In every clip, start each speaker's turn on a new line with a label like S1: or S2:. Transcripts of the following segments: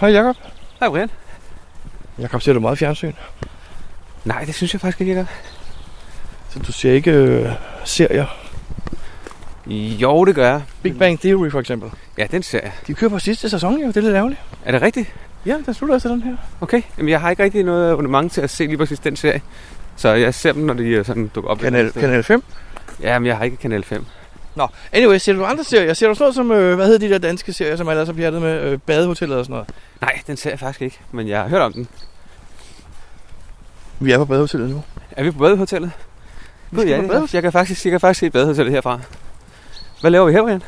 S1: Hej Jakob.
S2: Hej Brian.
S1: Jakob ser du meget fjernsyn.
S2: Nej, det synes jeg faktisk ikke, jeg gør.
S1: Så du ser ikke øh, serier.
S2: Jo, det gør jeg.
S1: Big Bang Theory for eksempel.
S2: Ja, den ser jeg.
S1: De kører på sidste sæson jo, det er lidt ærgerligt.
S2: Er det rigtigt?
S1: Ja, den slutter altså den her.
S2: Okay. Jamen, jeg har ikke rigtig noget abonnement til at se lige præcis den serie. Så jeg ser dem, når de øh, sådan dukker op. et eller
S1: Kanal,
S2: andet sted.
S1: kanal 5.
S2: Jamen, jeg har ikke Kanal 5.
S1: Nå, anyway, ser du andre serier? Ser du sådan noget som, øh, hvad hedder de der danske serier, som alle er så pjattet med? Øh, badehotellet og sådan noget.
S2: Nej, den ser jeg faktisk ikke, men jeg har hørt om den.
S1: Vi er på badehotellet nu.
S2: Er vi på badehotellet? Ved
S1: skal
S2: jeg,
S1: på
S2: det?
S1: badehotellet.
S2: jeg kan faktisk, jeg kan faktisk se badehotellet herfra. Hvad laver vi her, Brian?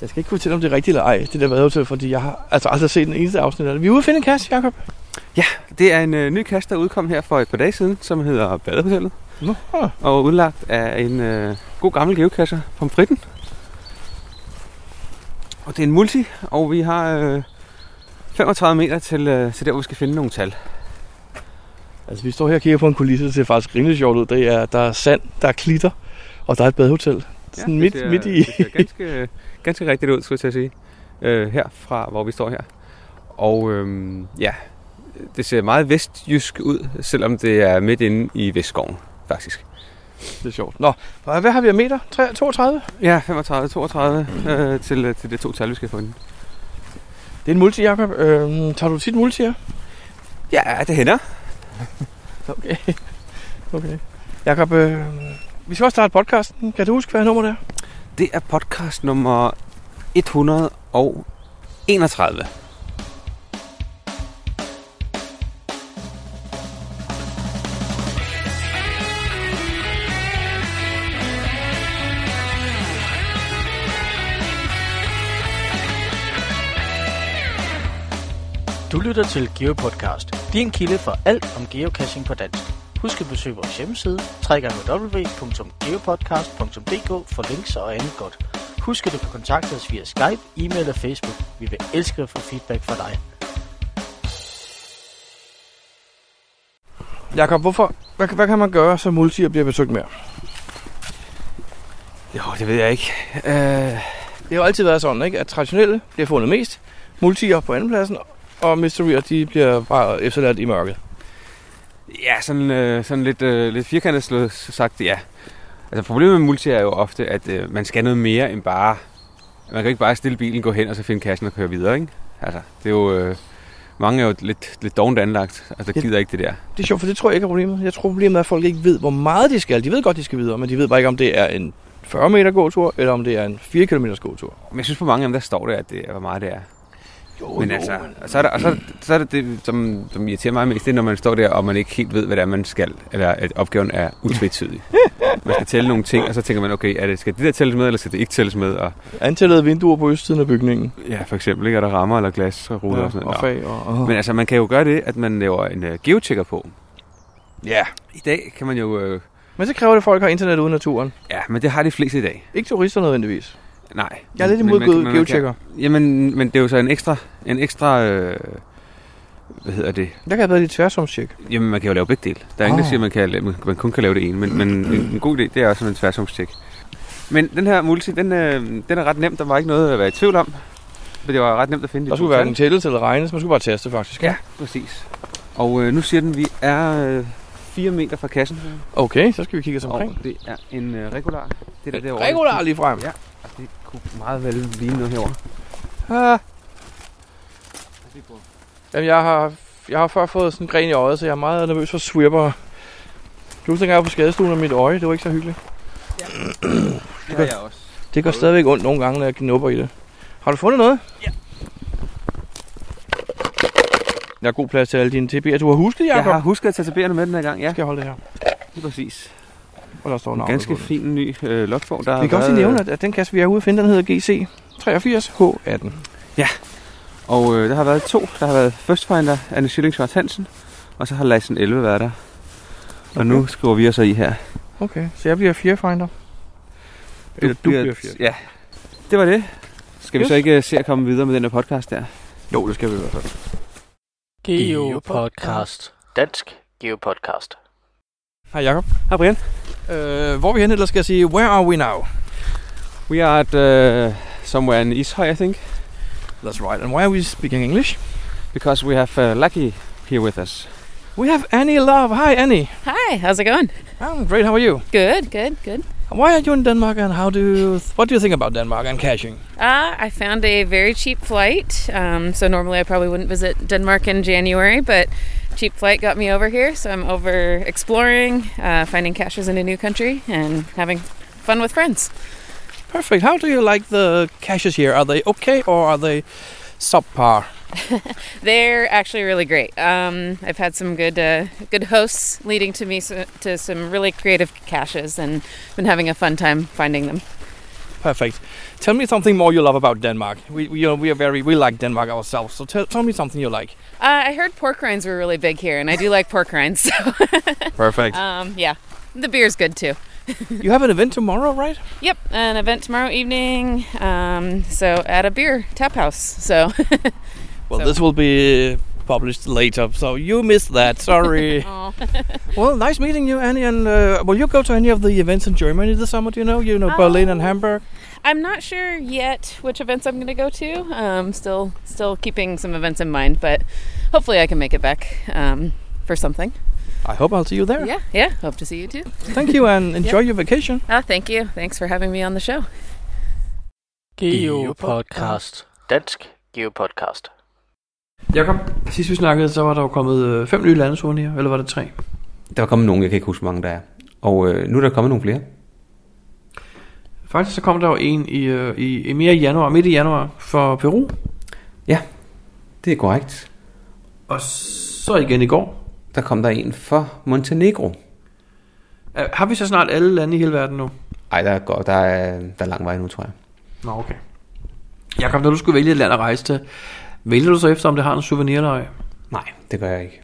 S1: Jeg skal ikke kunne fortælle, om det er rigtigt eller ej, det der badehotel, fordi jeg har altså aldrig set den eneste afsnit af det. Vi er ude at finde en kasse, Jacob.
S2: Det er en øh, ny kast, der udkom her for et par dage siden, som hedder Badehotellet.
S1: Nå,
S2: Og udlagt af en øh, god gammel geokasser, Pomfritten. Og det er en multi, og vi har øh, 35 meter til, øh, til der, hvor vi skal finde nogle tal.
S1: Altså, vi står her og kigger på en kulisse, der ser faktisk rimelig sjovt ud. Det er, der er sand, der er klitter, og der er et badehotel. Sådan ja, midt,
S2: det ser,
S1: midt i...
S2: Det ser ganske, ganske rigtigt ud, skulle jeg til at sige. Øh, her fra, hvor vi står her. Og øhm, ja, det ser meget vestjysk ud, selvom det er midt inde i Vestskoven, faktisk.
S1: Det er sjovt. Nå, og hvad har vi af meter? Tre- 32?
S2: Ja, 35, 32 øh, til, øh, til det to tal, vi skal finde.
S1: Det er en multi, Jacob. Øhm, tager du tit multier?
S2: Ja, det hænder.
S1: Okay. okay. Jacob, øh, vi skal også starte podcasten. Kan du huske, hvad nummer det er?
S2: Det er podcast nummer 131.
S3: Du lytter til GeoPodcast, din kilde for alt om geocaching på dansk. Husk at besøge vores hjemmeside, www.geopodcast.dk for links og andet godt. Husk at du kan kontakte os via Skype, e-mail og Facebook. Vi vil elske at få feedback fra dig.
S1: Jakob, hvorfor? Hvad, hvad kan man gøre, så multier bliver besøgt mere?
S2: Jo, det ved jeg ikke. Øh,
S1: Det har jo altid været sådan, ikke? at traditionelle bliver fundet mest, multier på andenpladsen, og mysterier, de bliver bare efterladt i mørket.
S2: ja, sådan, øh, sådan lidt, øh, lidt firkantet slået sagt, ja. Altså problemet med multi er jo ofte, at øh, man skal noget mere end bare... Man kan ikke bare stille bilen, gå hen og så finde kassen og køre videre, ikke? Altså, det er jo... Øh, mange er jo lidt, lidt dovent anlagt, altså
S1: Ja.
S2: der gider ikke det der.
S1: Det er sjovt, for det tror jeg ikke er problemet. Jeg tror, problemet er, at folk ikke ved, hvor meget de skal. De ved godt, de skal videre, men de ved bare ikke, om det er en 40 meter gåtur, eller om det er en 4 km gåtur.
S2: Men jeg synes på mange af dem, der står der, at det er, hvor meget det er.
S1: Jo,
S2: Men altså, og så er der, og så, så er det, det som, som irriterer mig mest, det er, når man står der, og man ikke helt ved, hvad det er, man skal, eller at opgaven er utvetydig. Man skal tælle nogle ting, og så tænker man, okay, er det, skal det der tælles med, eller skal det ikke tælles med? Og,
S1: Antallet af vinduer på østsiden af bygningen.
S2: ja, for eksempel, ikke? Er der rammer eller glas og ruder ja, og sådan
S1: og
S2: noget. Nå.
S1: fag og, og...
S2: Men altså, man kan jo gøre det, at man laver en uh, geotjekker på.
S1: ja.
S2: I dag kan man jo... Uh,
S1: Men så kræver det, at folk har internet uden naturen.
S2: ja, men det har de fleste i dag.
S1: Ikke turister nødvendigvis.
S2: Nej.
S1: Jeg er lidt
S2: Men-
S1: imod
S2: men man- men
S1: gode
S2: man
S1: geotjekker.
S2: kan- Jamen, men det er jo så en ekstra... En ekstra øh, hvad hedder det?
S1: Jeg kan have været i et tværsomstjek.
S2: Jamen, man kan jo lave begge dele. Der er ingen, der
S1: Åh.
S2: siger, at man, kan, lave- man- man kun kan lave det ene, men, men en, en god idé, det er også sådan en tværsumstjek. Men den her multi, den, øh, den er ret nem. Der var ikke noget at være i tvivl om. Men det var ret nemt at finde de
S1: Der
S2: to
S1: skulle være
S2: tal.
S1: en tællelse eller regnes. Man skulle bare teste, faktisk.
S2: Ja, præcis. Og øh, nu siger den, at vi er øh, 4 meter fra kassen.
S1: Okay, så skal vi kigge os omkring.
S2: Og det er en øh, regular. Det der derovre.
S1: Regular lige frem.
S2: Ja. Og det kunne meget vel ligne noget herovre.
S1: Ah. Jamen, jeg har, jeg har før fået sådan en gren i øjet, så jeg er meget nervøs for swipper. Du husker, jeg var på skadestuen af mit øje. Det var ikke så hyggeligt.
S2: Det har jeg også.
S1: Det gør stadigvæk ondt nogle gange, når jeg knupper i det. Har du fundet noget? Ja. Jeg har god plads til alle dine TB'er. Du har husket,
S2: Jeg
S1: Jacob.
S2: har husket at tage taberne med den her gang, ja.
S1: Skal jeg holde det her?
S2: Lige præcis.
S1: Og der står
S2: En
S1: navnet
S2: ganske
S1: på den.
S2: fin ny øh, logform, der har
S1: Vi kan også
S2: været,
S1: lige
S2: øh,
S1: nævne, at- at den kasse, vi er ude at finde, den hedder GC 83H18.
S2: Og øh, der har været to. Der har været First Finder, Anne Schilling Schwartz Hansen, og så har Leisen 11 været der. Og okay. nu skriver vi os i her.
S1: Okay, så jeg bliver firefinder. Du- du bliver fjerde.
S2: Ja. Det var det. Skal yes. vi
S1: Yes.
S2: så ikke øh, se at komme videre med den her podcast der?
S1: Jo, det skal vi i hvert fald.
S3: GeoPodcast. Dansk GeoPodcast.
S1: Hej Jacob.
S2: Hej Brian.
S1: Øh, hvor er vi henne, eller skal jeg sige, where are we now?
S2: We are at uh, somewhere in Ishøj, I think.
S1: That's right, and why are we speaking English?
S2: because we have uh, Lucky here with us.
S4: We have Annie Love. Hi, Annie.
S5: Hi, how's it going?
S4: I'm great. How are you?
S5: Good, good, good.
S4: Why are you in Denmark and how do you, what do you think about Denmark and caching?
S5: Uh, I found a very cheap flight. Um, so normally I probably wouldn't visit Denmark in January, but cheap flight got me over here. So I'm over exploring, uh, finding caches in a new country, and having fun with friends.
S4: Perfect. How do you like the caches here? Are they okay or are they subpar?
S5: They're actually really great. Um, I've had some good uh, good hosts leading to me so, to some really creative caches, and been having a fun time finding them.
S4: Perfect. Tell me something more you love about Denmark. We, we, you know, we are very we like Denmark ourselves. So tell, tell me something you like.
S5: Uh, I heard pork rinds were really big here, and I do like pork rinds. So
S4: Perfect.
S5: um, yeah, the beer's good too.
S4: you have an event tomorrow, right?
S5: Yep, an event tomorrow evening. Um, so at a beer tap house. So
S4: Well,
S5: So-
S4: this will be published later, so you missed that. Sorry. well, nice meeting you, Annie. And uh, will you go to any of the events in Germany this summer? Do you know? You know, Berlin and
S5: Oh.
S4: Hamburg.
S5: I'm not sure yet which events I'm going to go to. Um, still, still keeping some events in mind, but hopefully I can make it back um, for something.
S4: I hope I'll see you there.
S5: Yeah, yeah. Hope to see you too.
S4: Thank you, and enjoy your vacation.
S5: Ah, thank you. Thanks for having me on the show.
S4: Geopodcast.
S3: Dansk Geopodcast.
S4: Jakob, sidst vi snakkede, så var der jo kommet øh, fem nye landesouvenirer, eller var det tre?
S6: Der var kommet nogen, jeg kan ikke huske, hvor mange der er. Og øh, nu er der kommet nogle flere.
S4: Faktisk så kom der jo en i, øh, i, i mere i januar, midt i januar, for Peru.
S6: Det er korrekt.
S4: Og så igen i går.
S6: Der kom der en for Montenegro.
S4: Øh, Har vi så snart alle lande i hele verden nu?
S6: Ej, der er, godt, der er, der er lang vej nu, tror jeg.
S4: Nå, okay. Jakob, når du skulle vælge et land at rejse til, vælger du så efter, om det har en souvenir eller ej?
S6: Nej, det gør jeg ikke.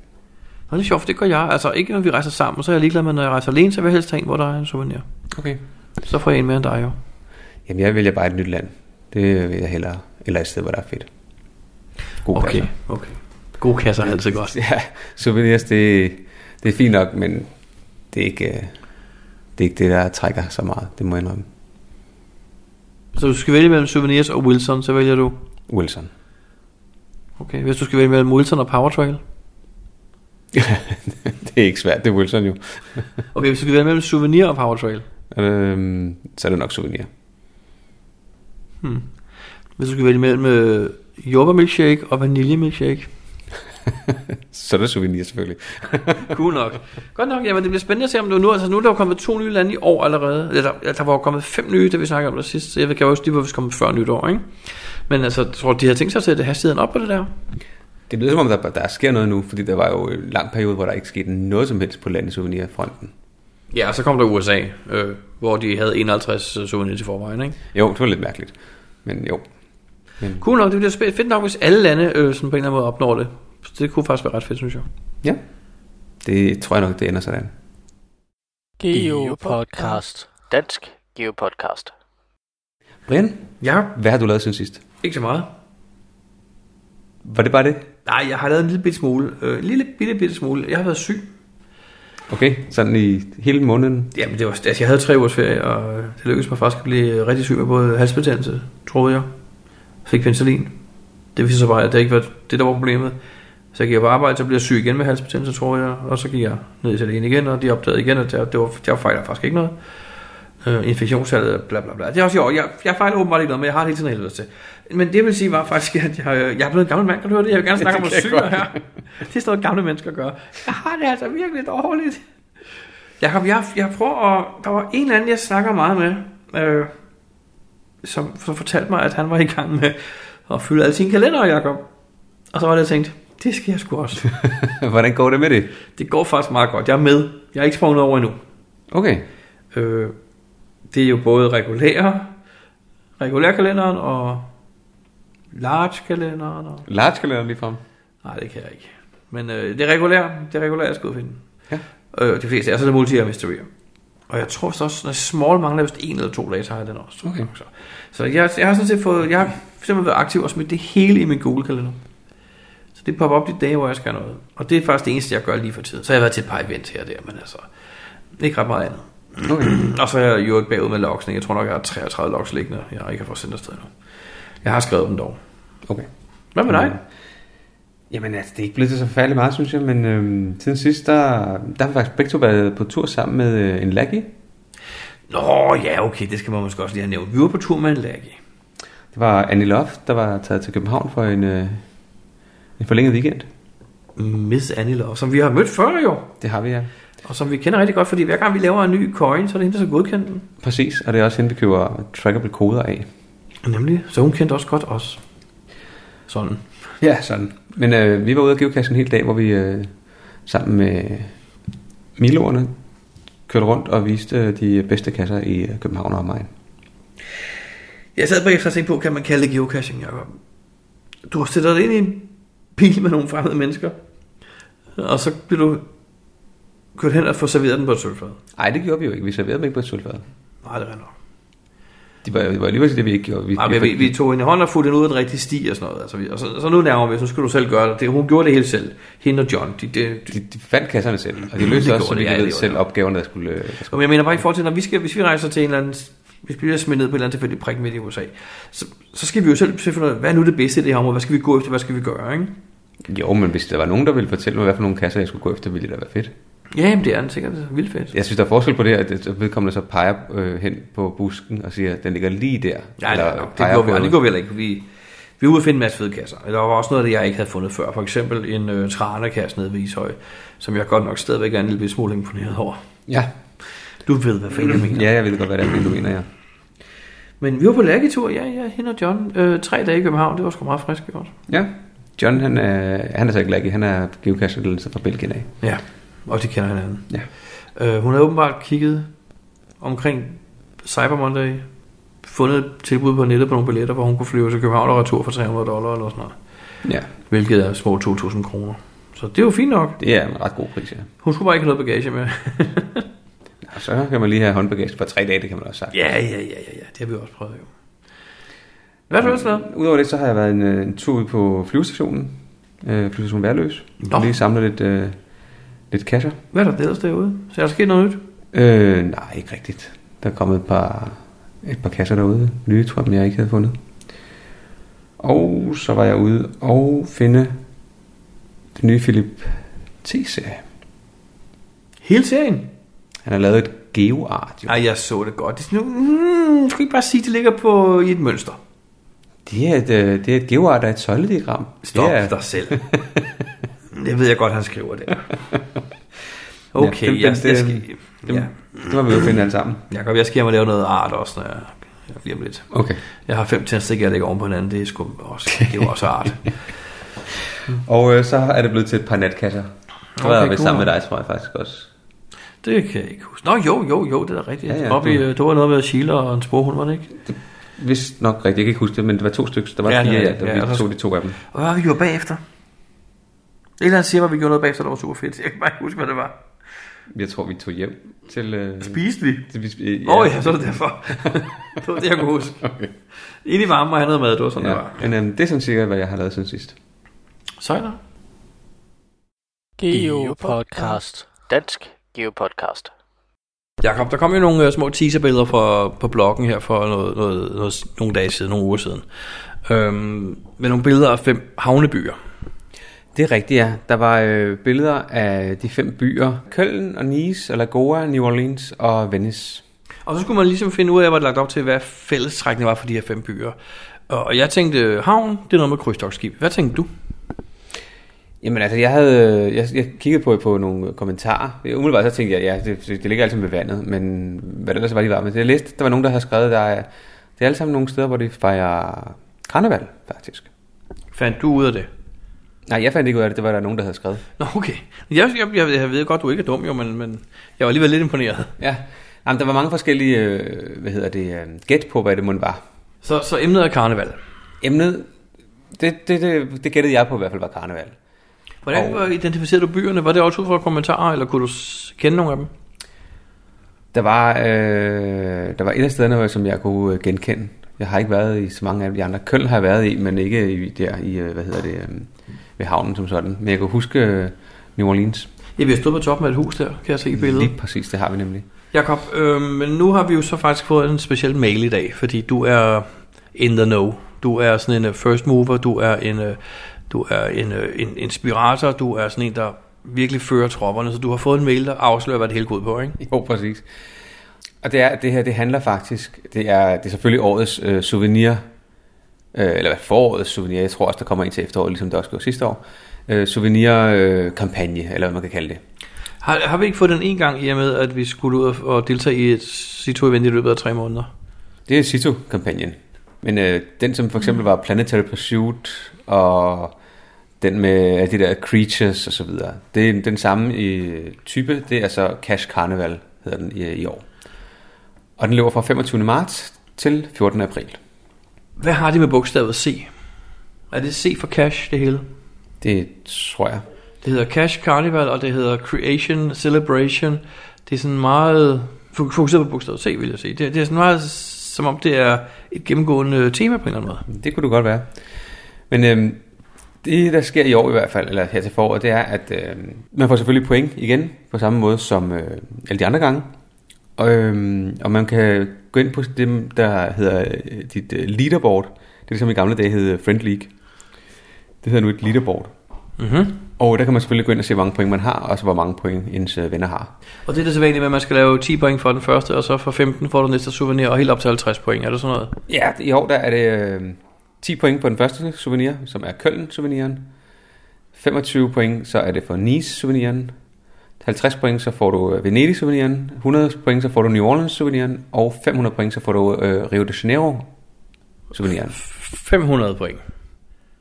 S4: Nå, det er sjovt, for det gør jeg. Altså ikke, når vi rejser sammen, så er jeg ligeglad med, når jeg rejser alene, så vil jeg helst tage en, hvor der er en souvenir.
S6: Okay.
S4: Så får jeg en mere end dig jo.
S6: Jamen, jeg vælger bare et nyt land. Det vil jeg hellere. Eller et sted, hvor der er fedt. God kasser.
S4: okay. Gode kasser er altid godt.
S6: Ja, souvenirs, det, det er fint nok, men det er, ikke, øh, det er ikke det, der trækker så meget. Det må jeg indrømme.
S4: Så du skal vælge mellem souvenirs og Wilson, så vælger du...
S6: Wilson.
S4: Okay, hvis du skal vælge mellem Wilson og Powertrail.
S6: det er ikke svært, det er Wilson jo.
S4: Okay, hvis du skal vælge mellem souvenir og Powertrail.
S6: Øhm, så er det nok souvenir.
S4: Hmm. Hvis du skal vælge mellem øh, jordbærmilkshake og vaniljemilkshake.
S6: Så er det souvenir selvfølgelig.
S4: Cool nok. Godt nok, jamen det bliver spændende at se, om du nu, altså nu er der jo kommet to nye lande i år allerede. Eller der, ja, der var jo kommet fem nye, da vi snakkede om det sidst, så jeg kan jo også lige, hvorfor vi kommet før nytår, ikke? Men altså, jeg tror, de har tænkt sig at sætte hastigheden op på det der.
S6: Det lyder som om, der, der sker noget nu, fordi der var jo en lang periode, hvor der ikke skete noget som helst på landets souvenirfronten.
S4: Ja, og så kom der USA, øh, hvor de havde 51 souvenir til forvejen, ikke?
S6: Jo, det var lidt mærkeligt. Men jo,
S4: Cool nok, det bliver spæ- fedt nok, hvis alle lande øh, sådan på en eller anden måde opnår det. Så det kunne faktisk være ret fedt, synes jeg.
S6: det tror jeg nok, det ender sådan.
S3: Geopodcast. Dansk Geopodcast.
S6: Brian,
S4: Ja,
S6: hvad har du lavet siden sidst?
S4: ikke så meget.
S6: Var det bare det?
S4: Nej, jeg har lavet en lille bitte smule. Øh, en lille bitte, bitte smule. Jeg har været syg.
S6: Okay, sådan i hele måneden.
S4: Jamen, det var, altså, jeg havde tre ugers ferie, og øh, det lykkedes mig faktisk at blive rigtig syg med både halsbetændelse, troede jeg. Fik penicillin. Det viste sig bare, at det ikke var det, der var problemet. Så jeg gik på arbejde, så blev jeg syg igen med halsbetændelse, troede jeg. Og så gik jeg ned til lægen igen, og de opdagede igen, at det, det var, jeg fejler faktisk ikke noget. Øh, infektionstallet, bla bla bla. Det er også i år. Jeg, jeg fejler åbenbart ikke noget, men jeg har det hele tiden helvede til. Men det jeg vil sige var faktisk, at jeg, øh, jeg er blevet en gammel mand, kan du høre det? Jeg vil gerne snakke om, hvor syg jeg er. Det er sådan noget, gamle mennesker gør. Jeg har det altså virkelig dårligt. Jakob, jeg, jeg prøver at... Der var en eller anden, jeg snakker meget med, øh, som, som fortalte mig, at han var i gang med at fylde alle sine kalender, Jakob. Og så var det, jeg tænkte, det skal jeg sgu også.
S6: Hvordan går det med det?
S4: det går faktisk meget godt. Jeg er med. Jeg er ikke sprunget over endnu.
S6: Okay,
S4: Øh, det er jo både regulære, regulærkalenderen og large-kalenderen. Og...
S6: large kalender lige frem.
S4: Nej, det kan jeg ikke. Men øh, det er regulært. Det er regulært, jeg skal udfinde.
S6: Ja.
S4: Øh, de fleste er så er det multi og mysterier. Og jeg tror så også, når small mangler vist en eller to dage, så har jeg den også.
S6: Okay.
S4: Så, så jeg, jeg har sådan set fået, jeg har simpelthen været aktiv og smidt det hele i min Google kalender. Så det popper op de dage, hvor jeg skal have noget. Og det er faktisk det eneste, jeg gør lige for tiden. Så har jeg været til et par events her og der, men altså, ikke ret meget andet. Okay. og så er jeg jo ikke bagud med loksene. Jeg tror nok, jeg har 33 loks liggende, jeg ikke har fået sendt afsted nu. Jeg har skrevet dem dog.
S6: Okay.
S4: Hvad med dig?
S6: Jamen altså, det er ikke blevet til så forfærdeligt meget, synes jeg, men øhm, siden sidst, der, der har vi faktisk begge to været på tur sammen med øh, en laggy.
S4: Nå, ja, okay, det skal man måske også lige have nævnt. Vi var på tur med en laggy.
S6: Det var Annie Loft, der var taget til København for en, øh, en forlænget weekend.
S4: Miss Annie Love, som vi har mødt før jo.
S6: Det har vi, ja.
S4: Og som vi kender rigtig godt, fordi hver gang vi laver en ny coin, så er det hende, der skal godkende den.
S6: Præcis, og det er også hende, vi køber trackable koder af.
S4: Nemlig, så hun kendte også godt os. Sådan.
S6: Ja, sådan. Men øh, vi var ude og geocache en hel dag, hvor vi øh, sammen med Miloerne kørte rundt og viste øh, de bedste kasser i øh, København og omegn.
S4: Jeg sad bagefter og tænkte på, kan man kalde det geocaching, Jacob? Du har sættet dig ind i en bil med nogle fremmede mennesker, og så bliver du kørt hen og få serveret den på et sølvfad.
S6: Nej, det gjorde vi jo ikke. Vi serverede dem ikke på et sølvfad.
S4: Nej, det er nok.
S6: De var, det var alligevel det, vi ikke gjorde. Vi,
S4: Nej, men vi, vi tog hende i hånden og fulgte hende ud af den rigtige sti og sådan noget. Altså, vi, og så, så nu nærmer vi, os, nu skal du selv gøre det. det. Hun gjorde det hele selv. Hende og John. De, de, de,
S6: de, de fandt kasserne selv, og Mm. de løste
S4: Det
S6: også, så
S4: gjorde
S6: vi
S4: de, ja, det
S6: ved
S4: gjorde
S6: selv
S4: de.
S6: opgaverne, der skulle... øh, Der
S4: Jo,
S6: skulle.
S4: men jeg mener bare i forhold til, når vi skal, hvis vi rejser til en eller anden, hvis vi bliver smidt ned på en eller anden tilfældig prik midt i USA, så, så skal vi jo selv se for noget, hvad er nu det bedste i det her område, hvad skal vi gå efter, hvad skal vi gøre, ikke?
S6: Jo, men hvis der var nogen, der ville fortælle mig, hvad for nogle kasser jeg skulle gå efter, ville det da være fedt.
S4: Ja, jamen, det er den sikkert det er vildt fedt.
S6: Jeg synes, der er forskel på det, at at vedkommende så peger øh, hen på busken og siger, at den ligger lige der.
S4: Nej, nej, nej, det
S6: peger
S4: gjorde vi,
S6: på-
S4: aldrig. det gjorde vi heller ikke. Vi, vi var ude og finde en masse fede kasser. Der var også noget af det, jeg ikke havde fundet før. For eksempel en øh, tranekasse nede ved Ishøj, som jeg godt nok stadigvæk er en lille smule imponeret over.
S6: Ja.
S4: Du ved, hvad fanden jeg mener.
S6: ja, jeg ved godt, hvad det er, du mener, ja.
S4: Men vi var på lærketur, ja, ja, hende og John. Øh, tre dage i København, det var sgu meget frisk gjort.
S6: Ja. John, han er, han er så ikke laggy, han er geocacher fra Belgien af.
S4: Ja, og de kender hinanden.
S6: Ja.
S4: Øh, hun havde åbenbart kigget omkring Cyber Monday, fundet et tilbud på nettet på nogle billetter, hvor hun kunne flyve til København og retur for 300 dollar eller sådan noget.
S6: Ja,
S4: Hvilket er små 2.000 kroner. Så det er jo fint nok.
S6: det er en ret god pris, ja.
S4: Hun skulle bare ikke have noget bagage med.
S6: Og så kan man lige have håndbagage for tre dage, det kan man også sagt.
S4: ja, ja, ja, ja, ja. Det har vi også prøvet jo. Hvad har du ellers lavet?
S6: Udover det, så har jeg været en, øh, en tur ud på flyvestationen. Øh, flyvestationen Værløs.
S4: Nå.
S6: Lige samlet lidt, øh, lidt kasser.
S4: Hvad er der ellers derude? Så er der sket noget nyt?
S6: Øh, nej, ikke rigtigt. Der er kommet et par, et par kasser derude. Nye, tror jeg, jeg ikke havde fundet. Og så var jeg ude og finde den nye Philip T-serie.
S4: Hele serien?
S6: Han har lavet et geoart, jo.
S4: Nej, jeg så det godt. Det er sådan, mm, skal I ikke bare sige, at det ligger på, i et mønster?
S6: Det er et, øh, det er et geoart af et søjlediagram.
S4: Stop
S6: det
S4: yeah.
S6: er,
S4: dig selv. Det ved jeg godt, han skriver det. Okay,
S6: dem-
S4: ja,
S6: dem-
S4: jeg, jeg,
S6: dem-
S4: skal,
S6: Dem,
S4: ja.
S6: Det var vi ude at finde alle sammen.
S4: Jacob, jeg skal hjem og lave noget art også, når jeg, lige om lidt.
S6: Okay.
S4: Jeg har fem tændstikker, jeg lægger oven på hinanden. Det er, sgu også, det er jo også art.
S6: Og øh, så er det blevet til et par natkasser. Det var
S4: Okay,
S6: okay, vist
S4: cool.
S6: sammen med dig, tror jeg faktisk også.
S4: Det kan jeg ikke huske. Nå, jo, jo, jo, det er da rigtigt.
S6: Ja,
S4: Ja,
S6: ja,
S4: ja, Bobby,
S6: du-
S4: øh, det var noget med Sheila og en sporhund, var det ikke?
S6: Vist nok rigtigt, jeg kan ikke huske det, men det var to stykker. Der var
S4: Ja,
S6: ja, fire,
S4: det er
S6: ja,
S4: det.
S6: der
S4: Ja,
S6: ja,
S4: og
S6: vi
S4: så-
S6: tog de to af dem.
S4: Og hvad har vi gjort bagefter? Et eller andet siger mig, at vi gjorde noget bagefter, der var super fedt. Jeg kan bare ikke huske, hvad det var.
S6: Jeg tror, vi tog hjem til... Øh,
S4: Spiste vi?
S6: til vi sp-
S4: Åh
S6: øh,
S4: ja. Oh, ja, så er det derfor. det var det, jeg kunne huske. Okay. Ind i varmen og have noget mad, det var sådan, ja. det var.
S6: Ja, men øhm, det er sådan cirka, hvad jeg har lavet siden sidst.
S4: Sejler.
S3: Geopodcast. Dansk Geopodcast.
S4: Jakob, der kom jo nogle øh, små teaserbilleder fra, på bloggen her for noget, noget, noget, nogle dage siden, nogle uger siden. Øhm, med nogle billeder af fem havnebyer.
S6: Det er rigtigt, ja. Der var øh, billeder af de fem byer. Køln og Nice, og Lagoa, New Orleans og Venice.
S4: Og så skulle man ligesom finde ud af, hvad der lagt op til, hvad fællestrækkene var for de her fem byer. Og jeg tænkte, havn, det er noget med krydstogsskib. Hvad tænkte du?
S6: Jamen altså, jeg havde øh, jeg, jeg kiggede på, på nogle kommentarer. Umiddelbart så tænkte jeg, ja, det, det ligger altid med vandet, men hvad det ellers var, de var med. Jeg læste, der var nogen, der havde skrevet, der er, det er alle sammen nogle steder, hvor de fejrer karneval, faktisk.
S4: Fandt du ud af det?
S6: Nej, jeg fandt ikke ud af det, det var der nogen, der havde skrevet.
S4: Nå, okay. Jeg, jeg, jeg, jeg ved godt, du ikke er dum, jo, men, men jeg var alligevel lidt imponeret.
S6: Ja, Jamen, der var mange forskellige, øh, hvad hedder det, øh, gæt på, hvad det måtte var.
S4: Så, så emnet er karneval.
S6: Emnet, det, det, det, det gættede jeg på i hvert fald var karneval.
S4: Hvordan
S6: Og-
S4: og... identificerede du byerne? Var det også ud fra kommentarer, eller kunne du s- kende nogle af dem?
S6: Der var, øh, der var et af stederne, hvor- som jeg kunne øh, genkende. Jeg har ikke været i så mange af de andre. Køln har jeg været i, men ikke i, der i, øh, hvad hedder det, øh, ved havnen som sådan. Men jeg kunne huske øh, New Orleans.
S4: Ja, vi har stået på toppen af et hus der, kan jeg se i billedet.
S6: Lige præcis, det har vi nemlig.
S4: Jakob, øh, men nu har vi jo så faktisk fået en speciel mail i dag, fordi du er in the know. Du er sådan en øh, first mover, du er en øh, du er en, øh, en inspirator, du er sådan en, der virkelig fører tropperne, så du har fået en mail, der afslører, hvad det hele går ud på, ikke?
S6: Jo, præcis. Og det, er, det her, det handler faktisk, det er, det er selvfølgelig årets øh, souvenir, øh, eller forårets souvenir, jeg tror også, der kommer en til efteråret, ligesom der også gjorde sidste år, øh, souvenir-kampagne, øh, kampagne, eller hvad man kan kalde det.
S4: Har, har vi ikke fået den en gang i og med, at vi skulle ud og, og deltage i et C2-event i løbet af tre måneder?
S6: Det er Situ-kampagnen. Men øh, den, som for eksempel var Planetary Pursuit, og den med alle de der creatures og så videre, det er den samme i type, det er så Cash Carnival, hedder den øh, i, i år. Og den løber fra 25. marts til 14. april.
S4: Hvad har de med bogstavet C? Er det C for cash, det hele?
S6: Det tror jeg.
S4: Det hedder Cash Carnival, og det hedder Creation Celebration. Det er sådan meget fok- fokuseret på bogstavet C, vil jeg sige. Det, det er sådan meget, som om det er et gennemgående tema på en eller anden måde.
S6: Det kunne du godt være. Men øhm, det, der sker i år i hvert fald, eller her til foråret, det er, at øhm, man får selvfølgelig point igen, på samme måde som øh, alle de andre gange. Og, øhm, og man kan gå ind på dem, der hedder øh, dit øh, leaderboard. Det er det, som i gamle dage hed øh, Friend League. Det hedder nu et leaderboard.
S4: Mm-hmm.
S6: Og der kan man selvfølgelig gå ind og se, hvor mange point man har, og så hvor mange point ens øh, venner har.
S4: Og det er det så vanligt med, at man skal lave 10 point for den første, og så for 15 får du næste souvenir, og helt op til 50 point. Er det sådan noget?
S6: Ja, i år der er det øh, 10 point på den første souvenir, som er Køln-souveniren. 25 point, så er det for Nice-souveniren. 50 point, så får du øh, Venedig-souveniren. 100 point, så får du New Orleans-souveniren. Og 500 point, så får du øh, Rio de Janeiro-souveniren.
S4: 500 point.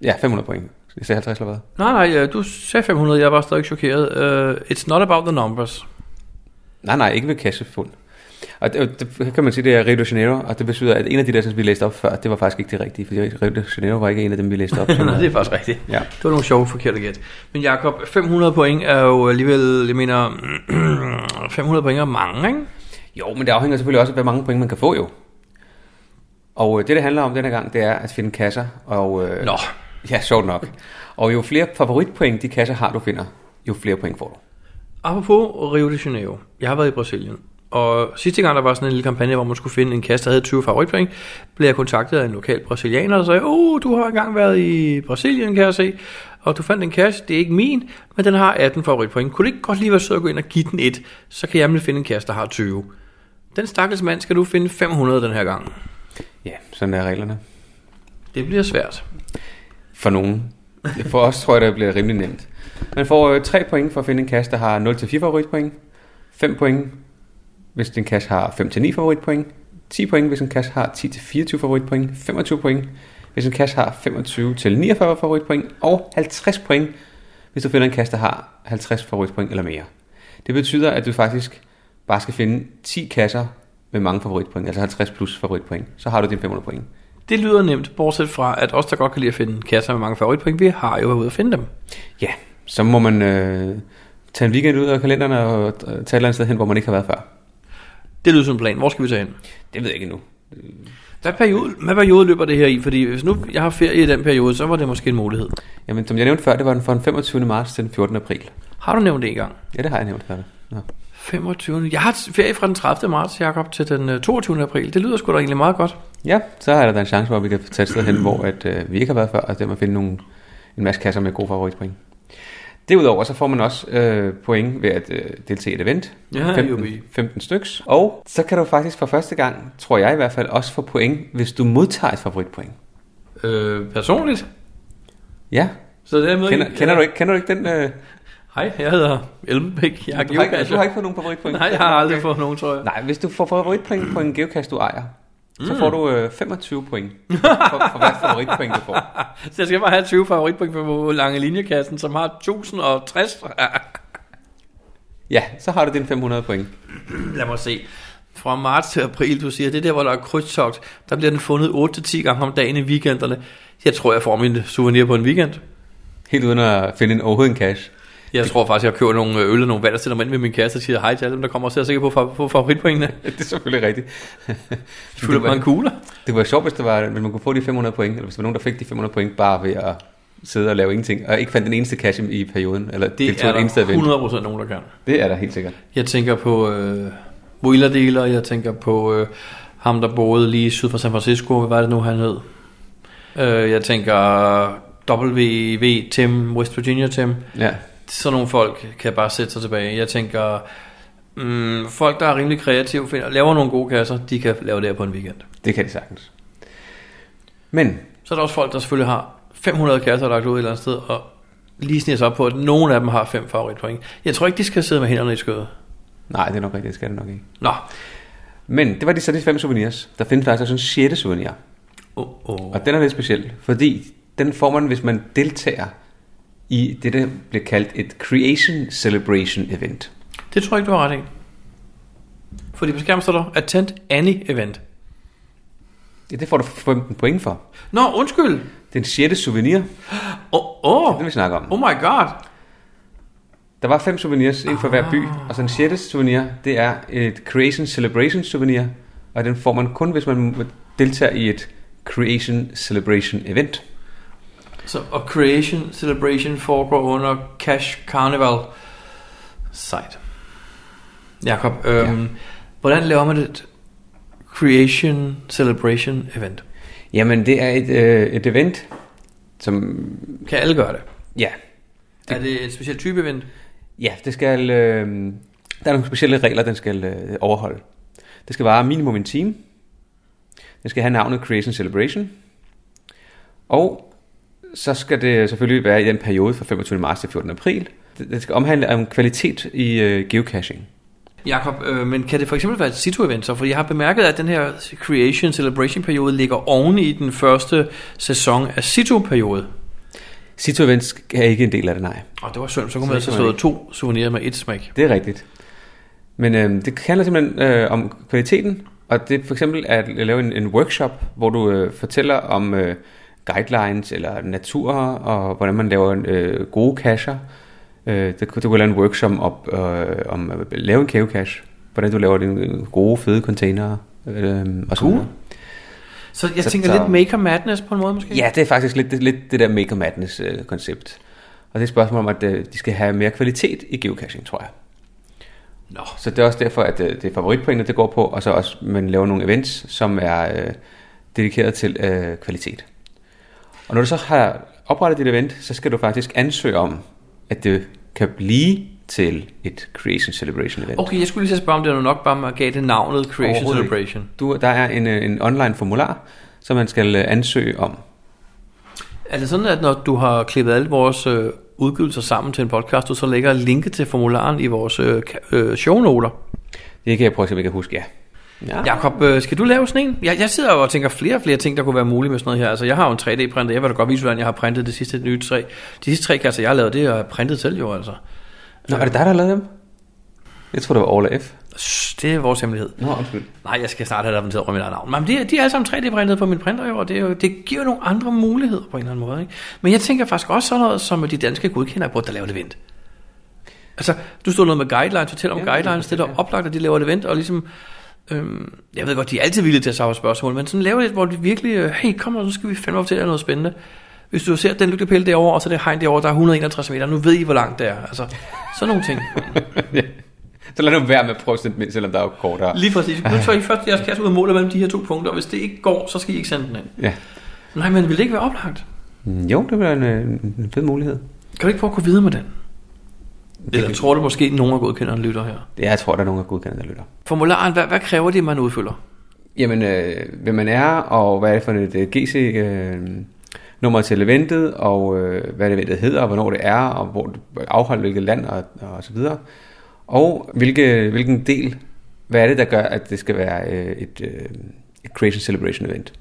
S6: Ja, 500 point. Jeg sagde 50 eller hvad?
S4: Nej, nej, øh, du sagde 500, jeg var stadig chokeret. Uh, it's not about the numbers.
S6: Nej, nej, ikke ved kassefuld. Og det, det, kan man sige, det er Rio de Janeiro, og det betyder, at en af de der, som vi læste op før, det var faktisk ikke det rigtige, fordi Rio de Janeiro var ikke en af dem, vi læste op.
S4: nej, det er faktisk rigtigt.
S6: Ja.
S4: Det var nogle sjove forkerte gæt. Men Jakob, 500 point er jo alligevel, jeg mener, 500 point er mange, ikke?
S6: Jo, men det afhænger selvfølgelig også af, hvor mange point man kan få jo. Og øh, det, det handler om denne gang, det er at finde kasser. Og, øh,
S4: Nå.
S6: Ja, sjovt nok. Og jo flere favoritpoint de kasser har, du finder, jo flere point får du.
S4: Apropos Rio de Janeiro. Jeg har været i Brasilien. Og sidste gang, der var sådan en lille kampagne, hvor man skulle finde en kasse, der havde 20 favoritpoint, blev jeg kontaktet af en lokal brasilianer, der sagde, oh, du har engang været i Brasilien, kan jeg se, og du fandt en kasse, det er ikke min, men den har 18 favoritpoint. Kunne det ikke godt lige være sød at gå ind og give den et, så kan jeg nemlig finde en kasse, der har 20. Den stakkels mand skal du finde 500 den her gang.
S6: Ja, sådan er reglerne.
S4: Det bliver svært.
S6: For nogen. For os tror jeg, det bliver rimelig nemt. Man får øh, 3 point for at finde en kasse, der har 0-4 favoritpoint. 5 point, hvis din kasse har 5-9 favoritpoint. 10 point, hvis en kasse har 10-24 favoritpoint. 25 point, hvis en kasse har 25-49 favoritpoint. Og 50 point, hvis du finder en kasse, der har 50 favoritpoint eller mere. Det betyder, at du faktisk bare skal finde 10 kasser med mange favoritpoint, altså 50 plus favoritpoint. Så har du dine 500 point.
S4: Det lyder nemt, bortset fra, at os, der godt kan lide at finde kasser med mange favoritpoint, vi har jo været ude at finde dem.
S6: Ja, så må man øh, tage en weekend ud af kalenderen og øh, tage et eller andet sted hen, hvor man ikke har været før.
S4: Det lyder som en plan. Hvor skal vi tage hen?
S6: Det ved jeg ikke endnu.
S4: Hvad periode, hvad periode løber det her i? Fordi hvis nu jeg har ferie i den periode, så var det måske en mulighed.
S6: Jamen, som jeg nævnte før, det var den fra den 25. marts til den 14. april.
S4: Har du nævnt det engang?
S6: Ja, det har jeg nævnt før. Nå.
S4: 25. Jeg har ferie fra den 30. marts, Jakob, til den øh, 22. april. Det lyder sgu da egentlig meget godt.
S6: Ja, så er der da en chance, hvor vi kan tage et sted hen, hvor at, øh, vi ikke har været før, og dermed finde nogle, en masse kasser med gode favoritpoint. Derudover så får man også øh, point ved at øh, deltage i et event.
S4: Ja,
S6: 15,
S4: jubi.
S6: 15 styks. Og så kan du faktisk for første gang, tror jeg i hvert fald, også få point, hvis du modtager et favoritpoint.
S4: Øh, personligt?
S6: Ja,
S4: Så dermed,
S6: Kender, kender, du ikke, kender du ikke den? Øh,
S4: Hej, jeg hedder Elmbæk. Jeg er
S6: du, har ikke,
S4: geocacher.
S6: du har ikke fået nogen favoritpoint?
S4: Nej, jeg har aldrig fået nogen, tror jeg.
S6: Nej, hvis du får favoritpoint på en geocache, du ejer, mm. så får du øh, 25 point for, for hvert favoritpoint, du får.
S4: Så jeg skal bare have 20 favoritpoint på lange linjekassen, som har 1060.
S6: Ja, så har du din 500 point.
S4: Lad mig se. Fra marts til april, du siger, det er der, hvor der er krydstogt. Der bliver den fundet 8-10 gange om dagen i weekenderne. Jeg tror, jeg får min souvenir på en weekend.
S6: Helt uden at finde en overhovedet en cache.
S4: Jeg tror faktisk, jeg køber nogle øl og nogle vand, og sætter mig ind med min kasse og siger hej til alle dem, der kommer og ser sikkert på, fa- på favoritpointene.
S6: Det er selvfølgelig rigtigt.
S4: De fylder bare en kugler.
S6: det var sjovt, hvis, det var, hvis man kunne få de 500 point, eller hvis der var nogen, der fik de 500 point bare ved at sidde og lave ingenting, og ikke fandt den eneste cache i perioden, eller
S4: Det
S6: deltog
S4: er
S6: i den eneste
S4: der
S6: event.
S4: 100% nogen, der kan.
S6: Det er der helt sikkert.
S4: Jeg tænker på øh, Wheeler jeg tænker på øh, ham, der boede lige syd for San Francisco. Hvad var det nu, han hed? Øh, jeg tænker WV Tim, West Virginia Tim,
S6: Ja.
S4: sådan nogle folk kan bare sætte sig tilbage. Jeg tænker, mm, folk, der er rimelig kreative, finder, laver nogle gode kasser, de kan lave det her på en weekend.
S6: Det kan de sagtens. Men
S4: Så er der også folk, der selvfølgelig har 500 kasser, der er ud et eller andet sted, og lige sniger sig op på, at nogle af dem har fem favoritpoint. Jeg tror ikke, de skal sidde med hænderne i skødet.
S6: Nej, det er nok rigtigt, det skal det nok ikke.
S4: Nå,
S6: Men det var de, så de fem souvenirs. Der findes faktisk også en sjette souvenir.
S4: oh, oh.
S6: Og den er lidt speciel, fordi den får man, hvis man deltager i det, der bliver kaldt et Creation Celebration Event.
S4: det tror jeg ikke, du har ret i. Fordi på skærmen står der, attend any event.
S6: Ja, det får du 15 point for.
S4: Nå, undskyld.
S6: Den sjette souvenir,
S4: Åh, oh,
S6: den
S4: oh.
S6: vi snakker om.
S4: oh my god.
S6: Der var fem souvenirs, en for hver by, og så den sjette souvenir, det er et Creation Celebration souvenir, og den får man kun, hvis man deltager i et Creation Celebration Event.
S4: Så, og Creation Celebration foregår under Cash Carnival. Sejt. Jakob, øhm, ja. hvordan laver man et Creation Celebration event?
S6: Jamen, det er et, øh, et event, som...
S4: Kan alle gøre det?
S6: Ja,
S4: det? Er det et specielt type event?
S6: ja det skal... Øh, der er nogle specielle regler, den skal øh, overholde. Det skal vare minimum en time. Den skal have navnet Creation Celebration. Og så skal det selvfølgelig være i den periode fra 25. marts til 14. april. Det det skal omhandle om kvalitet i øh, geocaching.
S4: Jakob, øh, men kan det for eksempel være et situ-event så? For jeg har bemærket, at den her Creation Celebration periode ligger oven i den første sæson af situ-periode.
S6: Situ Events er ikke en del af det, nej.
S4: Og det var synd, så kunne
S6: Så
S4: man
S6: det
S4: altså
S6: kan man
S4: slået to souvenirer med et smæk.
S6: Det er rigtigt. Men øh, det handler simpelthen øh, om kvaliteten, og det er for eksempel at lave en, en workshop, hvor du øh, fortæller om øh, guidelines eller natur, og hvordan man laver øh, gode cacher. Øh, det, kunne- du kunne lave en workshop op, øh, om at lave en geocache, hvordan du laver dine gode, fede containere. Øh, og sådan
S4: Cool.
S6: noget.
S4: Så jeg
S6: Så-
S4: tænker
S6: så-
S4: lidt Maker Madness på en måde måske?
S6: Ja, det er faktisk lidt det, lidt det der Maker Madness-koncept. Og det er et spørgsmål om, at øh, de skal have mere kvalitet i geocaching, tror jeg.
S4: Nå,
S6: Så det er også derfor, at øh, det er favoritpointet, det går på, og så også, man laver nogle events, som er øh, dedikeret til øh, kvalitet. Og når du så har oprettet dit event, så skal du faktisk ansøge om, at det kan blive til et Creation Celebration event.
S4: Okay, jeg skulle lige til at spørge, om det var nok bare, man gav det navnet Creation
S6: Overhovedet ikke.
S4: Celebration.
S6: Du, der er en, øh, en online formular, som man skal øh, ansøge om.
S4: Er det sådan, at når du har klippet alle vores øh, udgivelser sammen til en podcast, du så lægger linket til formularen i vores øh, ka- øh, shownoter?
S6: Det kan jeg prøve at se, om jeg kan huske, ja.
S4: Ja. Jakob, øh, skal du lave sådan en? Jeg, jeg sidder jo og tænker flere og flere ting, der kunne være mulige med sådan noget her. Altså, jeg har jo en 3D-printer. Jeg vil da godt vise, hvordan jeg har printet det sidste nye tre. De sidste tre kasser, jeg har lavet, det har jeg printet selv jo, altså.
S6: Nå, er det dig, der har lavet dem? Jeg tror, det var Orla F.
S4: Shh, Det er vores hemmelighed.
S6: Nå, undskyld.
S4: Nej, jeg skal snart have det til over mit eget navn. Men de, er- de er alle sammen 3D-printet på min printer jo, og det, er jo, det giver jo nogle andre muligheder på en eller anden måde. Ikke? Men jeg tænker faktisk også sådan noget, som de danske godkender burde der lave et event. Altså, du stod noget med guidelines, fortæl om
S6: Ja,
S4: ja, guidelines, det er der oplagt, at de laver et event, og ligesom, øhm, jeg ved godt, de er altid villige til at svare på spørgsmål, men sådan lave det, hvor de virkelig, øh, hey, kom nu, nu skal vi fandme fortælle jer noget spændende. Hvis du ser den lygtepæl derovre, og så det hegn derovre, der er 161 meter, nu ved I, hvor langt det er. Altså, sådan nogle ting.
S6: Så lad nu være med at prøve at sende dem ind, selvom der er jo kortere.
S4: Lige præcis. Nu tager I først jeres kasse ud af målet mellem de her to punkter, og hvis det ikke går, så skal I ikke sende den ind.
S6: Ja.
S4: Nej, men vil det ikke være oplagt?
S6: Jo, det var en, øh, en fed mulighed.
S4: Kan du ikke prøve at gå videre med den? Eller tror du måske, at nogen af godkenderne lytter her?
S6: Ja, jeg tror, der er nogen af godkendte, der lytter.
S4: Formularen, hvad, hvad kræver det, man udfylder?
S6: Jamen, øh, hvem man er, og hvad er det for et øh, GC... Øh, nummer til eventet, og øh, hvad eventet hedder, og hvornår det er, og hvor det afholdt, hvilket land, og, og så videre. Og hvilke, hvilken del, hvad er det, der gør, at det skal være øh, et, øh, et Creation Celebration event.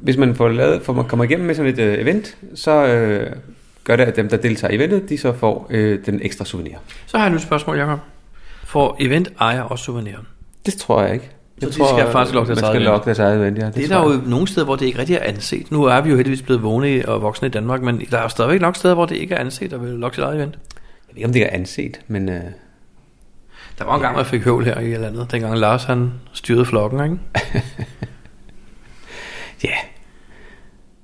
S6: Hvis man får lavet, får man kommer igennem med sådan et øh, event, så øh, gør det, at dem, der deltager i eventet, de så får øh, den ekstra souvenir.
S4: Så har jeg nu et spørgsmål, Jacob. For event ejer også souveniren.
S6: Det tror jeg ikke. Jeg
S4: de
S6: tror,
S4: skal faktisk logge deres
S6: man skal
S4: eget
S6: logge deres eget event, ja.
S4: Det, det er
S6: tror
S4: der
S6: jeg.
S4: jo nogle steder, hvor det ikke rigtig er anset. Nu er vi jo heldigvis blevet vågne og voksne i Danmark, men der er jo stadigvæk nok steder, hvor det ikke er anset at vil logge sit eget event.
S6: Jeg ved ikke, om det er anset, men øh,
S4: Der var en gang, hvor jeg fik høvl her i et eller andet. Dengang Lars han styrede flokken, ikke?
S6: ja, yeah.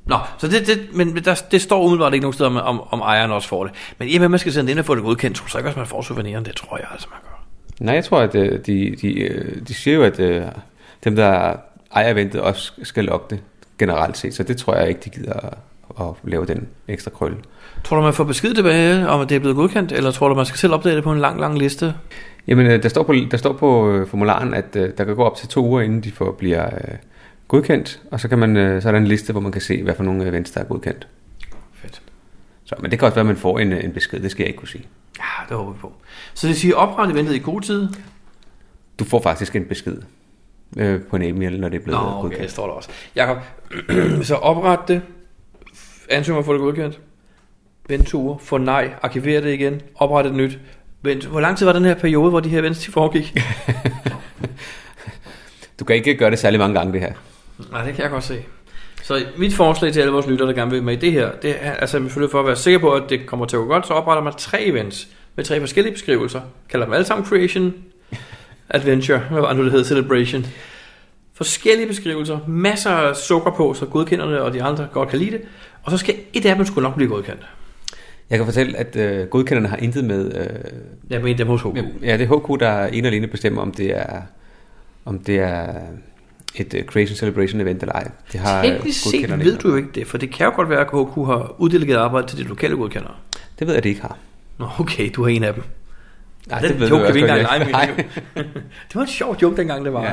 S4: Nå, så det, det, men der, det står umiddelbart ikke nogen steder, om, om, om ejeren også får det. Men i og med, at man skal sende det ind og få det godkendt, tror jeg ikke også, man får souveniren. Det tror jeg altså, man gør.
S6: Nej, jeg tror, at øh, de, de, øh, de siger jo, at øh, dem, der ejer eventet, også skal logge det generelt set. Så det tror jeg ikke, de gider at og lave den ekstra krølle.
S4: Tror du, man får besked tilbage, om at det er blevet godkendt, eller tror du, man skal selv opdage det på en lang, lang liste?
S6: Jamen, øh, der står på, der står på øh, formularen, at øh, der kan gå op til to uger, inden de får, bliver øh, godkendt, og så, kan man, øh, så er der en liste, hvor man kan se, hvad for nogle events, der er godkendt.
S4: Fedt.
S6: Så, men det kan også være, at man får en, øh, en besked, det skal jeg ikke kunne sige.
S4: Ja, det håber vi på. Så det vil sige, opret eventet i god tid.
S6: Du får faktisk en besked øh, på en e-mail, når det er blevet
S4: Nå, okay, det
S6: godkendt.
S4: står der også. Jakob, så opret det. Ansøg om at få det godkendt. Vent to uger. Få nej. Arkiver det igen. Opret et nyt. Vent. Hvor lang tid var den her periode, hvor de her events de foregik?
S6: Du kan ikke gøre det særlig mange gange, det her.
S4: Nej, det kan jeg godt se. Så mit forslag til alle vores lyttere, der gerne vil med i det her, det er altså selvfølgelig for at være sikker på, at det kommer til at gå godt, så opretter man tre events med tre forskellige beskrivelser. Kalder dem alle sammen Creation, Adventure, hvad var det nu det hed, Celebration. Forskellige beskrivelser, masser af sukker på, så godkenderne og de andre godt kan lide det. Og så skal et af dem skulle nok blive godkendt.
S6: Jeg kan fortælle, at øh, godkenderne har intet med... Øh,
S4: Jeg mener dem hos HK.
S6: ja, det er HQ, der en og alene bestemmer, om det er, om det er et øh, Creation Celebration event eller ej. Det har øh,
S4: Teknisk set
S6: godkenderne
S4: ved
S6: ikke
S4: du jo ikke det, for det kan jo godt være, at HK har uddelegeret arbejde til de lokale godkendere.
S6: noget. Det ved jeg, det ikke har.
S4: Nå, okay, du er en af dem. Nej, den det
S6: du
S4: joke kan vi ikke
S6: også
S4: engang lege
S6: godt,
S4: med.
S6: ja.
S4: i liv. det var en sjov joke, dengang det var. Ja.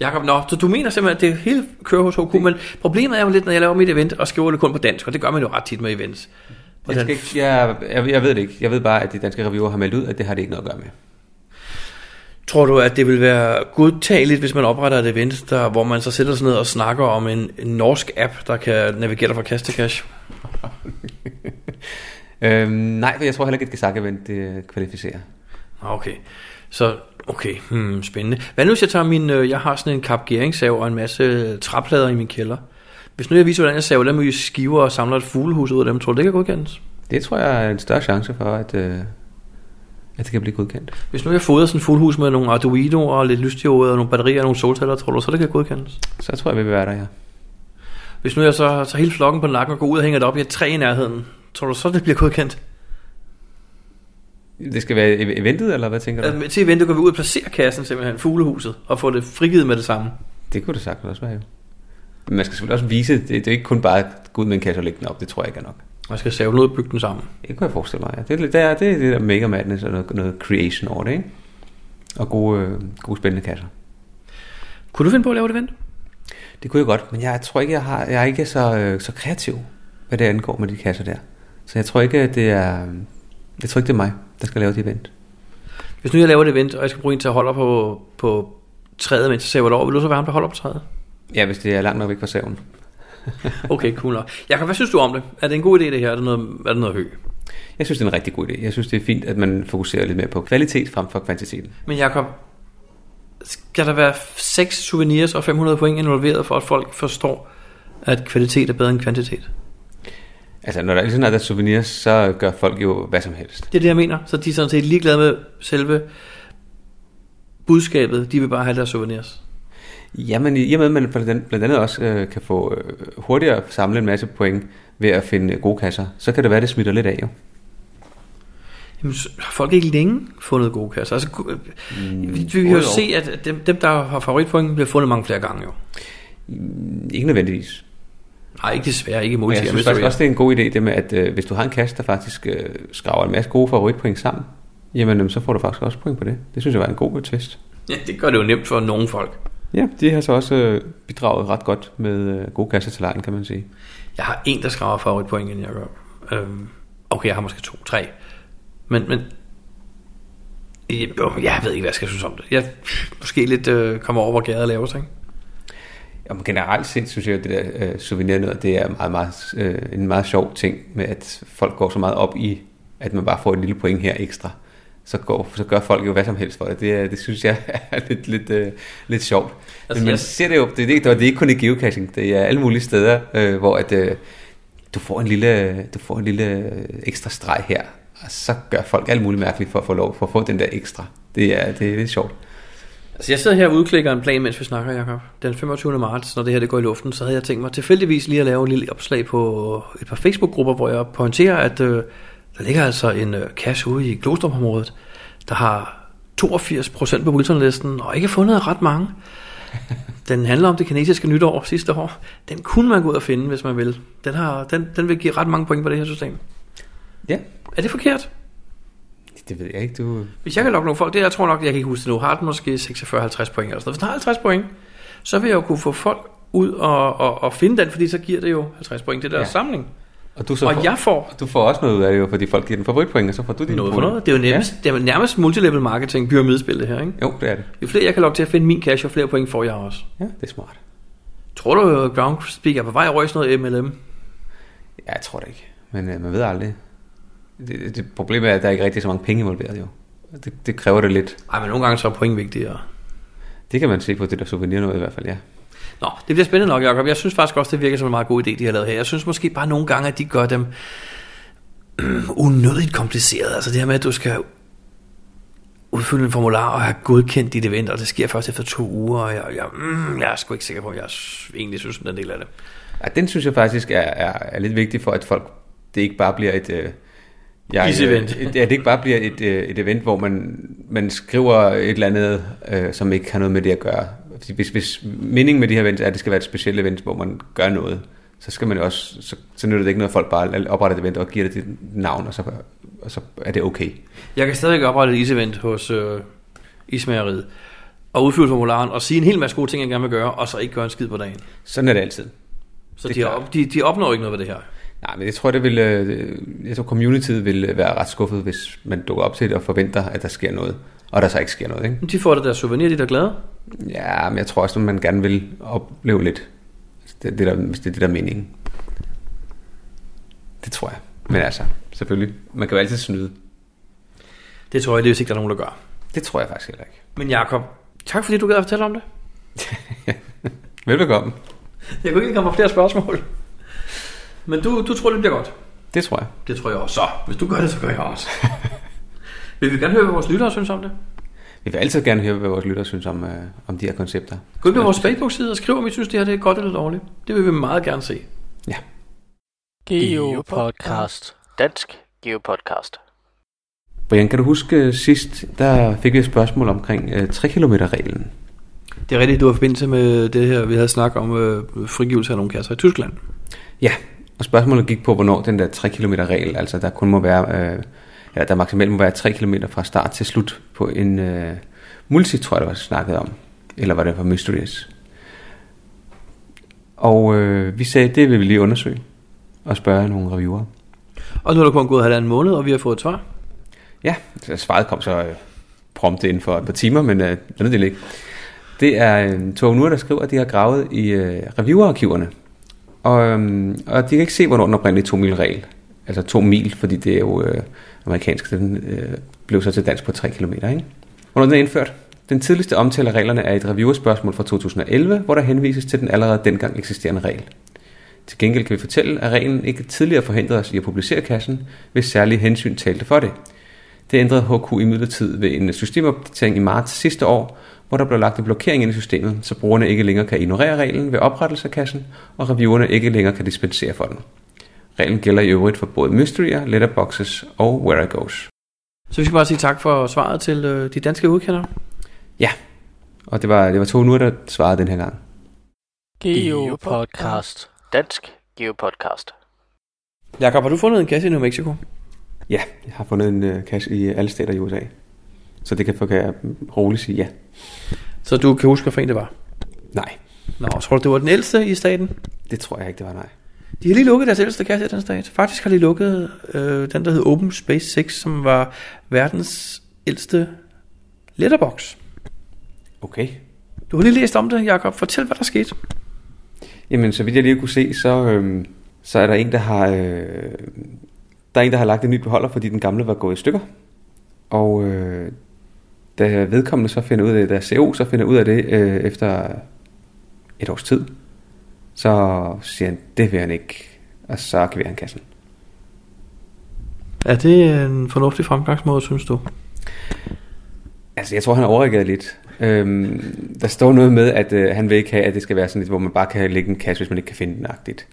S4: Jakob, nå, så du mener simpelthen, at det hele kører hos HK, men problemet er jo lidt, når jeg laver mit event og skriver det kun på dansk, og det gør man jo ret tit med events.
S6: Jeg, skal ikke, jeg, jeg, jeg ved det ikke. Jeg ved bare, at de danske reviewer har meldt ud, at det har det ikke noget at gøre med.
S4: Tror du, at det vil være godtageligt, hvis man opretter et event, der, hvor man så sætter sig ned og snakker om en, en norsk app, der kan navigere dig fra cash til cash?
S6: Øhm, nej, for jeg tror heller ikke, at Gesak event det kvalificerer.
S4: Nå, Ah, Okay, så okay, hmm, spændende. Hvad nu hvis jeg tager min, øh, jeg har sådan en kapgeringssav og en masse øh, træplader i min kælder. Hvis nu jeg viser, hvordan jeg saver dem i skiver og samler et fuglehus ud af dem, tror du, det kan godkendes?
S6: Det tror jeg er en større chance for, at, øh, at det kan blive godkendt.
S4: Hvis nu jeg fodrer sådan et fuglehus med nogle Arduino'er og lidt lysdioder og nogle batterier og nogle solceller, tror du, så det kan godkendes?
S6: Så tror jeg, vi vil være der, ja.
S4: Hvis nu jeg så tager hele flokken på nakken og går ud og hænger det op i et træ i nærheden, tror du så, det bliver godkendt?
S6: Det skal være ev- eventet, eller hvad tænker du?
S4: Ja. Øh, Til eventet går vi ud og placerer kassen simpelthen, fuglehuset, og får det frigivet med det samme.
S6: Det kunne det sagtens også være, jo. Men man skal selvfølgelig også vise, det, det er ikke kun bare at gå ud med en kasse og lægge den op. Det tror jeg ikke er nok.
S4: Og skal save den ud og bygge den sammen.
S6: Det kunne jeg forestille mig, ja. Det, er lidt- det, er, det er det der mega madness og noget, noget creation over det, ikke? Og gode, øh, gode spændende kasser.
S4: Kunne du finde på at lave et event?
S6: Det kunne jeg godt, men jeg tror ikke, jeg, har, jeg er ikke så, øh, så kreativ, hvad det angår med de kasser der. Så jeg tror ikke, at det er, jeg tror ikke, det er mig, der skal lave det event.
S4: Hvis nu jeg laver et event, og jeg skal bruge en til at holde på, på træet, mens jeg sæver det over, vil du så være ham, der holder på træet?
S6: Ja, hvis det er langt nok væk fra saven.
S4: Okay, cool nok. Jakob, hvad synes du om det? Er det en god idé, det her? Er det noget, er det noget høg?
S6: Jeg synes, det er en rigtig god idé. Jeg synes, det er fint, at man fokuserer lidt mere på kvalitet frem for kvantiteten.
S4: Men Jakob, skal der være 6 souvenirs og 500 point involveret, for at folk forstår, at kvalitet er bedre end kvantitet?
S6: Altså, når der er sådan noget, der er souvenirs, så gør folk jo hvad som helst.
S4: Det er det, jeg mener. Så de er sådan set ligeglade med selve budskabet. De vil bare have deres souvenirs.
S6: Jamen, i i og med, at man blandt andet- blandt andet også øh, kan få øh, hurtigere samle en masse point ved at finde øh, gode kasser, så kan det være, det smitter lidt af jo.
S4: Jamen, så har folk ikke længe fundet gode kasser? Altså, ku- vi, vi kan
S6: jo,
S4: jo
S6: jo.
S4: se, at dem, dem, der har favoritpoint, bliver fundet mange flere gange jo.
S6: Mm, Ikke nødvendigvis.
S4: Nej, ikke desværre, ikke
S6: Men
S4: imod
S6: jeg synes faktisk også, det er en god idé, det med, at øh, hvis du har en kasse, der faktisk øh, skraver en masse gode favoritpoint sammen, jamen øh, så får du faktisk også point på det. Det synes jeg var en god øh, twist.
S4: Ja, det gør det jo nemt for nogle folk.
S6: Ja, de har så også øh, bidraget ret godt med øh, gode kasser til lejen, kan man sige.
S4: Jeg har en, der skraver favoritpoint, end jeg gør. Øhm, okay, jeg har måske to, tre. Men, men jo, jeg ved ikke, hvad jeg skal synes om det. Jeg måske lidt øh, kommer over, hvor gæret laves, ikke?
S6: Og generelt set synes jeg, at det der øh, souvenir noget, det er meget, meget, øh, en meget sjov ting med, at folk går så meget op i, at man bare får et lille point her ekstra. Så, går, så gør folk jo hvad som helst for det. Det, er- det synes jeg er lidt, lidt, øh, lidt sjovt.
S4: Altså,
S6: Altså, Men man
S4: jeg-
S6: ser det jo, det er, ikke, det er ikke kun i geocaching, det er alle mulige steder, øh, hvor at, øh, du, får en lille, du får en lille øh, ekstra streg her, og så gør folk alt muligt mærkeligt for at få lov for at få den der ekstra. Det er, det er lidt sjovt.
S4: Altså, jeg sidder her og udklikker en plan, mens vi snakker, Jacob. Den 25. marts, når det her det går i luften, så havde jeg tænkt mig tilfældigvis lige at lave et lille opslag på et par Facebook-grupper, hvor jeg pointerer, at øh, der ligger altså en øh, cash ude i Glostrupområdet, der har 82 procent på Wilson-listen, og ikke fundet ret mange. Den handler om det kinesiske nytår sidste år. Den kunne man gå ud og finde, hvis man vil. Den, har, den, den vil give ret mange point på det her system.
S6: Ja,
S4: Er det forkert?
S6: det ved jeg ikke, du...
S4: Hvis jeg kan lokke nogle folk, det jeg tror nok, jeg kan ikke huske det nu, har den måske 46-50 point eller sådan noget. Hvis den har 50 point, så vil jeg jo kunne få folk ud og, og, og finde den, fordi så giver det jo 50 point til deres
S6: Ja.
S4: ja. samling.
S6: Og du, så
S4: Så og
S6: får,
S4: jeg får
S6: du får også noget ud af det jo, fordi folk giver den favoritpoint, og så får du din
S4: noget for
S6: point.
S4: noget. Det er jo nærmest, ja. det er nærmest multilevel marketing, pyramidespil det her. Ikke?
S6: Ja. Jo, det er det.
S4: Jo flere jeg kan lokke til at finde min cash, jo flere point får jeg også.
S6: Ja, det er smart.
S4: Tror du, at Ground Speak er på vej over i sådan noget MLM?
S6: Ja, jeg tror det ikke. Men øh, man ved aldrig. Det, det problemet er, at der ikke rigtig er så mange penge involveret jo. Det, det kræver det lidt.
S4: Ej, men nogle gange så er point vigtigere.
S6: Det kan man se på det der souvenir noget i hvert fald, ja.
S4: Nå, det bliver spændende nok, Jacob. Jeg synes faktisk også, det virker som en meget god idé, de har lavet her. Jeg synes måske bare nogle gange, at de gør dem unødigt kompliceret. Altså det her med, at du skal udfylde en formular og have godkendt dit event, og det sker først efter to uger, og jeg, jeg, mm, jeg er sgu ikke sikker på, at jeg s- egentlig synes, den del af det.
S6: ja den synes jeg faktisk er, er, er lidt vigtig for, at folk, det ikke bare bliver et... Øh,
S4: Is-event.
S6: Øh, et, ja, det ikke bare bliver et, øh, et event, hvor man, man skriver et eller andet, øh, som ikke har noget med det at gøre. Fordi Hvis, hvis meningen med de her events er, at det skal være et specielt event, hvor man gør noget, så skal man jo også, så, så nytter det ikke noget, at folk bare opretter et event og giver det dit navn, og så, og så er det okay.
S4: Jeg kan stadigvæk oprette et isevent hos øh, ismageriet, og udfylde formularen, og sige en hel masse gode ting, jeg gerne vil gøre, og så ikke gøre en skid på dagen.
S6: Sådan er det altid.
S4: Så
S6: Det
S4: de,
S6: er
S4: har
S6: klart.
S4: op, de, de opnår ikke noget ved det her.
S6: Nej, men jeg tror, det vil, øh, jeg tror, communityet vil være ret skuffet, hvis man dukker op til det og forventer, at der sker noget, og der så ikke sker noget. Ikke?
S4: De får det der souvenir, de er da glade.
S6: Ja, men jeg tror også, at man gerne vil opleve lidt, hvis det, er det der, hvis det er det, der er meningen. Det tror jeg. Men altså, selvfølgelig. Man kan jo altid snyde.
S4: Det tror jeg, det er ikke, der er nogen, der gør.
S6: Det tror jeg faktisk heller ikke.
S4: Men Jakob, tak fordi du gad at fortælle om det.
S6: Velbekomme.
S4: Jeg kunne ikke komme på flere spørgsmål. Men du, du tror, det bliver godt.
S6: Det tror jeg.
S4: Det tror jeg også. Så, hvis du gør det, så gør jeg også. Vil vi gerne høre, hvad vores lyttere synes om det?
S6: Vi vil altid gerne høre, hvad vores lyttere synes om, øh, om de her koncepter.
S4: Gå ind på vores Facebook-side og skriv, om I synes, det her det er godt eller dårligt. Det vil vi meget gerne se.
S6: Ja.
S3: Geo Podcast. Dansk Geo Podcast.
S6: Brian, kan du huske øh, sidst, der fik vi et spørgsmål omkring øh, 3-kilometer-reglen?
S4: Det er rigtigt, du har forbindelse med det her, vi havde snak om øh, frigivelse af nogle kasser i Tyskland.
S6: Ja, og spørgsmålet gik på, hvornår den der 3 km regel, altså der kun må være, øh, eller der maksimalt må være 3 km fra start til slut på en øh, multi, tror jeg, der var snakket om. Eller var det på Mysteries? Og øh, vi sagde, det vil vi lige undersøge og spørge nogle reviewer.
S4: Og nu er der kun gået halvanden måned, og vi har fået et svar.
S6: Ja, så svaret kom så øh, prompte inden for et par timer, men øh, andet del ikke. Det er øh, Tove Nur, der skriver, at de har gravet i øh, reviewerarkiverne. Og, øh, og de kan ikke se, hvornår den oprindelige to mil regel, altså to mil, fordi det er jo øh, amerikansk, den øh, blev så til dansk på 3 km, ikke? Hvornår den er indført? Den tidligste omtale af reglerne er et reviewerspørgsmål fra 2011, hvor der henvises til den allerede dengang eksisterende regel. Til gengæld kan vi fortælle, at reglen ikke tidligere forhindrede os i at publicere kassen, hvis særlige hensyn talte for det. Det ændrede HQ imidlertid ved en systemopdatering i marts sidste år, hvor der blev lagt en blokering ind i systemet, så brugerne ikke længere kan ignorere reglen ved oprettelse af kassen, og reviewerne ikke længere kan dispensere for den. Reglen gælder i øvrigt for både mysterier, letterboxes og where I goes.
S4: Så vi skal bare sige tak for svaret til øh, de danske udkendere.
S6: Og det var, det var to nu, der svarede den her gang.
S3: Geo Podcast. Dansk Geo Podcast.
S4: Jakob, har du fundet en kasse i New Mexico?
S6: Ja, jeg har fundet en øh, kasse i øh, alle stater i USA. Så det kan, for- kan jeg roligt sige ja.
S4: Så du kan huske, hvad for en det var.
S6: Nej,
S4: Nå, tror du, det var den ældste i staten?
S6: det tror jeg ikke, det var nej.
S4: De har lige lukket deres ældste kasse i den stat. Faktisk har de lukket øh, den, der hed Open Space 6, som var verdens ældste letterbox.
S6: Okay.
S4: Du har lige læst om det, Jakob. Fortæl, hvad der skete.
S6: Jamen, så vidt jeg lige kunne se, så, øhm, så er der en, der har... Øh, der er en, der har lagt en ny beholder, fordi den gamle var gået i stykker. Og øh, da vedkommende så finder ud af det, da CO så finder ud af det øh, efter et års tid, så siger han, det vil han ikke. Og så giver han kassen.
S4: Er det en fornuftig fremgangsmåde, synes du?
S6: Altså, jeg tror, han har overreageret lidt. Øhm, der står noget med, at øh, han vil ikke have, at det skal være sådan lidt, hvor man bare kan lægge en kasse, hvis man ikke kan finde den agtigt.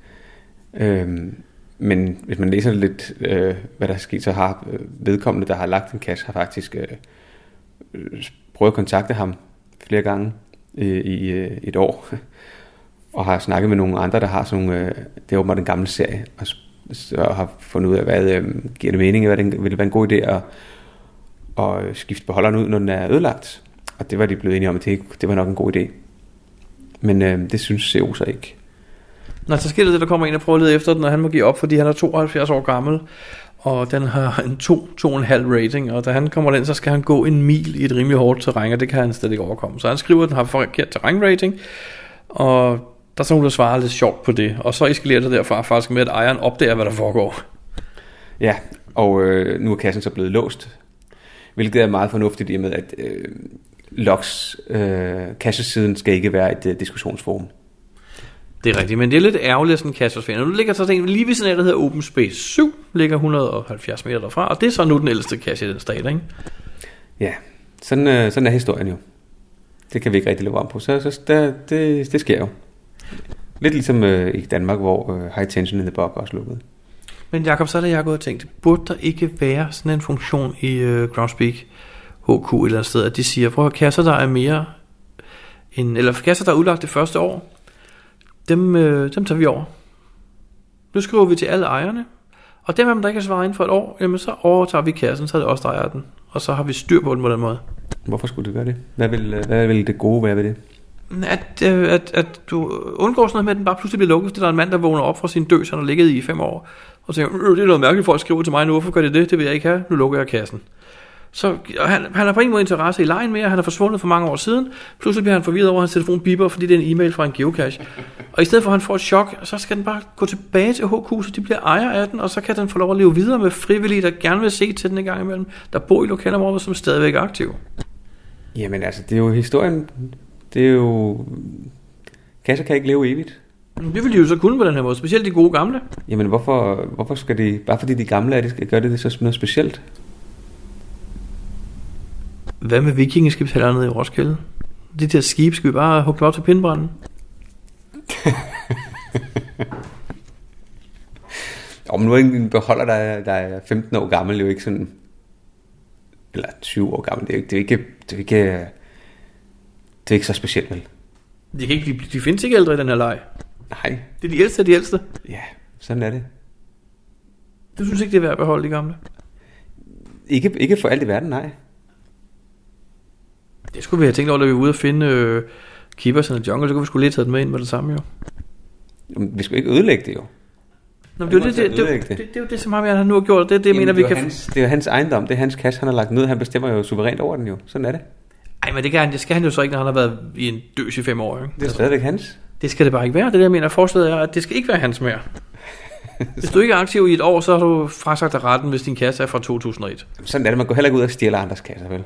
S6: Øhm, men hvis man læser lidt, øh, hvad der er sket, så har øh, vedkommende, der har lagt en kasse, har faktisk øh, øh, prøvet at kontakte ham flere gange øh, i øh, et år, og har snakket med nogle andre, der har sådan nogle, øh, det er åbenbart en gammel serie, og s- så har fundet ud af, hvad øh, giver det mening, hvad det, vil det være en god idé at, at skifte beholderen ud, når den er ødelagt. Og det var de blevet enige om, at det, ikke- det var nok en god idé. Men øh, det synes CO så ikke.
S4: Nå, så sker det, at der kommer en og prøver at lede efter den, og han må give op, fordi han er 72 år gammel, og den har en 2, 2,5 rating, og da han kommer den, så skal han gå en mil i et rimelig hårdt terræn, og det kan han slet ikke overkomme. Så han skriver, at den har forkert terræn rating, og der er så nogen, der svarer lidt sjovt på det, og så eskalerer det derfra faktisk med, at ejeren opdager, hvad der foregår.
S6: Ja, og øh, nu er kassen så blevet låst, hvilket er meget fornuftigt i og med, at øh, loks øh, kassesiden skal ikke være et øh, diskussionsforum.
S4: Det er rigtigt, men det er lidt ærgerligt, at sådan en kassesfære. Nu ligger så sådan en lige ved siden af, der hedder Open Space 7, ligger 170 meter derfra, og det er så nu den ældste kasse i den stat, ikke?
S6: Ja, sådan, øh, sådan er historien jo. Det kan vi ikke rigtig leve om på, så, så der, det, det sker jo. Lidt ligesom øh, i Danmark, hvor øh, High Tension in the Box også lukkede.
S4: Men Jakob, så er det, jeg har gået og tænkt, burde der ikke være sådan en funktion i øh, Groundspeak HQ et eller andet sted, at de siger, prøv at høre, kasser, der er mere end, eller kasser, der er udlagt det første år, dem, øh, dem tager vi over. Nu skriver vi til alle ejerne, og dem af dem, der ikke har svaret inden for et år, jamen så overtager vi kassen, så er det os, der ejer den. Og så har vi styr på den på den måde.
S6: Hvorfor skulle det gøre det? Hvad vil, øh, hvad vil det gode være ved det?
S4: At, øh, at, at du undgår sådan noget med, at den bare pludselig bliver lukket, fordi der er en mand, der vågner op fra sin døs, han har ligget i i fem år, og tænker, øh, det er noget mærkeligt, folk skriver til mig nu, hvorfor gør det det? Det vil jeg ikke have, nu lukker jeg kassen. Så og han, han har på ingen måde interesse i lejen mere, han er forsvundet for mange år siden, pludselig bliver han forvirret over, at hans telefon biber, fordi det er en e-mail fra en geocache. Og i stedet for, at han får et chok, så skal den bare gå tilbage til HQ, så de bliver ejer af den, og så kan den få lov at leve videre med frivillige, der gerne vil se til den en gang imellem, der bor i lokalområdet, som stadigvæk er aktive.
S6: Jamen altså, det er jo historien. Det er jo... Kasser kan ikke leve evigt.
S4: Det vil de jo så kunne på den her måde, specielt de gode gamle.
S6: Jamen hvorfor, hvorfor skal de... Bare fordi de er gamle er, de skal gøre det, det så noget specielt.
S4: Hvad med vikingeskibshallerne nede i Roskilde? De der skib, skal vi bare hugge dem op til pindbranden?
S6: Og nu er en beholder, der er, der er 15 år gammel, jo ikke sådan... Eller 20 år gammel, det er jo ikke... Det er jo ikke, det er jo ikke, det er ikke så specielt, vel?
S4: De, kan ikke, de, de findes ikke ældre i den her leg.
S6: Nej,
S4: Det er de ældste af de ældste.
S6: ja, sådan er det.
S4: Du synes ikke, det er værd at beholde de gamle?
S6: Ikke, ikke for alt i verden, nej.
S4: Det skulle vi have tænkt over, da vi var ude og finde øh, Keepers and the Jungle, så kunne vi skulle lige have taget dem med ind med det samme jo.
S6: Jamen, Vi skal jo ikke ødelægge det jo.
S4: Nå, men
S6: Han
S4: det,
S6: må
S4: er det,
S6: selv
S4: det, det,
S6: ødelægge
S4: det,
S6: det.
S4: det, det, er jo det, som ham, han har nu har gjort, og det er det, jeg mener,
S6: Jamen,
S4: vi
S6: det er jo
S4: kan...
S6: Hans, det er jo hans ejendom, det er hans kasse, han har lagt ned, han bestemmer jo suverænt over den jo. Sådan er det.
S4: Ej, men det, kan han, det skal han jo så ikke, når han har været i en døs i fem år. Ikke?
S6: Det er stadigvæk hans.
S4: Det skal det bare ikke være. Det er det, jeg mener, forslaget er, at det skal ikke være hans mere. Hvis du ikke er aktiv i et år, så har du frasagt dig retten, hvis din kasse er fra 2001.
S6: Jamen, Sådan er det, man går heller ikke ud og stjæler andres kasser, vel?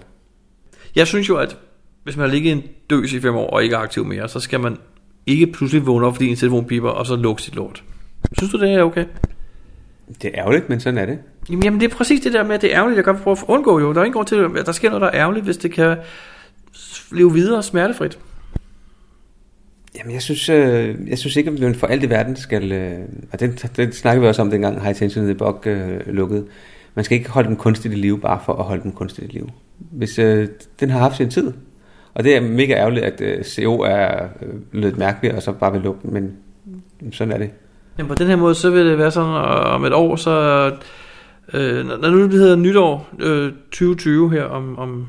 S4: Jeg synes jo, at hvis man har ligget i en døs i fem år og ikke er aktiv mere, så skal man ikke pludselig vågne op, fordi en telefon piper, og så lukke sit lort. Synes du, det er okay?
S6: Det er ærgerligt, men sådan er det.
S4: Jamen, jamen, det er præcis det der med, at det er ærgerligt. Jeg kan godt prøve at undgå jo. Der er ingen grund til, at der sker noget, der er ærgerligt, hvis det kan leve videre smertefrit.
S6: Jamen, jeg synes, øh, jeg synes ikke, at man for alt i verden skal... Øh, og det, det snakkede vi også om dengang High Tension The Bog øh, lukkede. Man skal ikke holde dem kunstigt i live, bare for at holde dem kunstigt i live. Hvis øh, den har haft sin tid. Og det er mega ærgerligt, at øh, CO er øh, lidt mærkelig, og så bare vil lukke den, men jamen, sådan er det.
S4: Men på den her måde, så vil det være sådan, og om et år, så... Øh, når når nu det hedder nytår øh, 2020 her om, om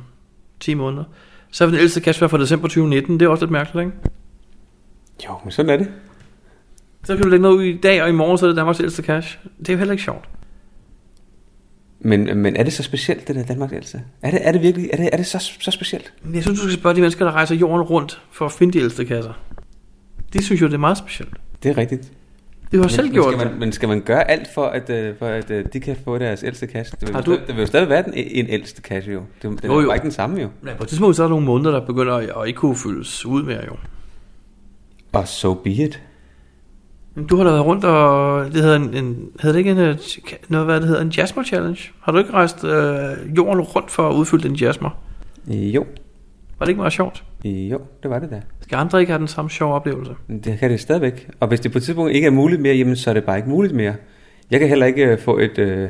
S4: 10 måneder, så vil den ældste kasse være fra december 2019. Det er også lidt mærkeligt, ikke?
S6: Jo, men sådan er det.
S4: Så kan du lægge noget ud i dag, og i morgen så er det Danmarks ældste cash. Det er jo heller ikke sjovt.
S6: Men, men er det så specielt, det der Danmarks ældste? Er det, er det virkelig er det, er det så, så specielt?
S4: Men jeg synes, du skal spørge de mennesker, der rejser jorden rundt for at finde de ældste kasser. De synes jo, det er meget specielt.
S6: Det er rigtigt.
S4: Det har jeg
S6: Men-
S4: selv
S6: men
S4: gjort.
S6: Skal man, men skal man gøre alt for, at, øh, for at øh, de kan få deres ældste kasse? Det vil,
S4: Har
S6: jo
S4: du-
S6: stadig- det vil jo stadig være den, en ældste kasse, jo. Det, den
S4: Jo,
S6: er jo
S4: jo.
S6: bare ikke den samme, jo.
S4: Men på et tidspunkt, så er der nogle måneder, der begynder at, at ikke kunne fyldes ud mere jo.
S6: Og so be it.
S4: Men Du har da været rundt, og det hedder en, en hedder det ikke en, øh, noget, hvad det hedder, en jasmer challenge? Har du ikke rejst øh, jorden rundt for at udfylde din jasmer?
S6: Jo,
S4: Var det ikke meget sjovt?
S6: jo, det var det da.
S4: Skal andre ikke have den samme sjove oplevelse?
S6: Men Det kan det stadigvæk. Og hvis det på et tidspunkt ikke er muligt mere, jamen, så er det bare ikke muligt mere. Jeg kan heller ikke øh, få et, øh,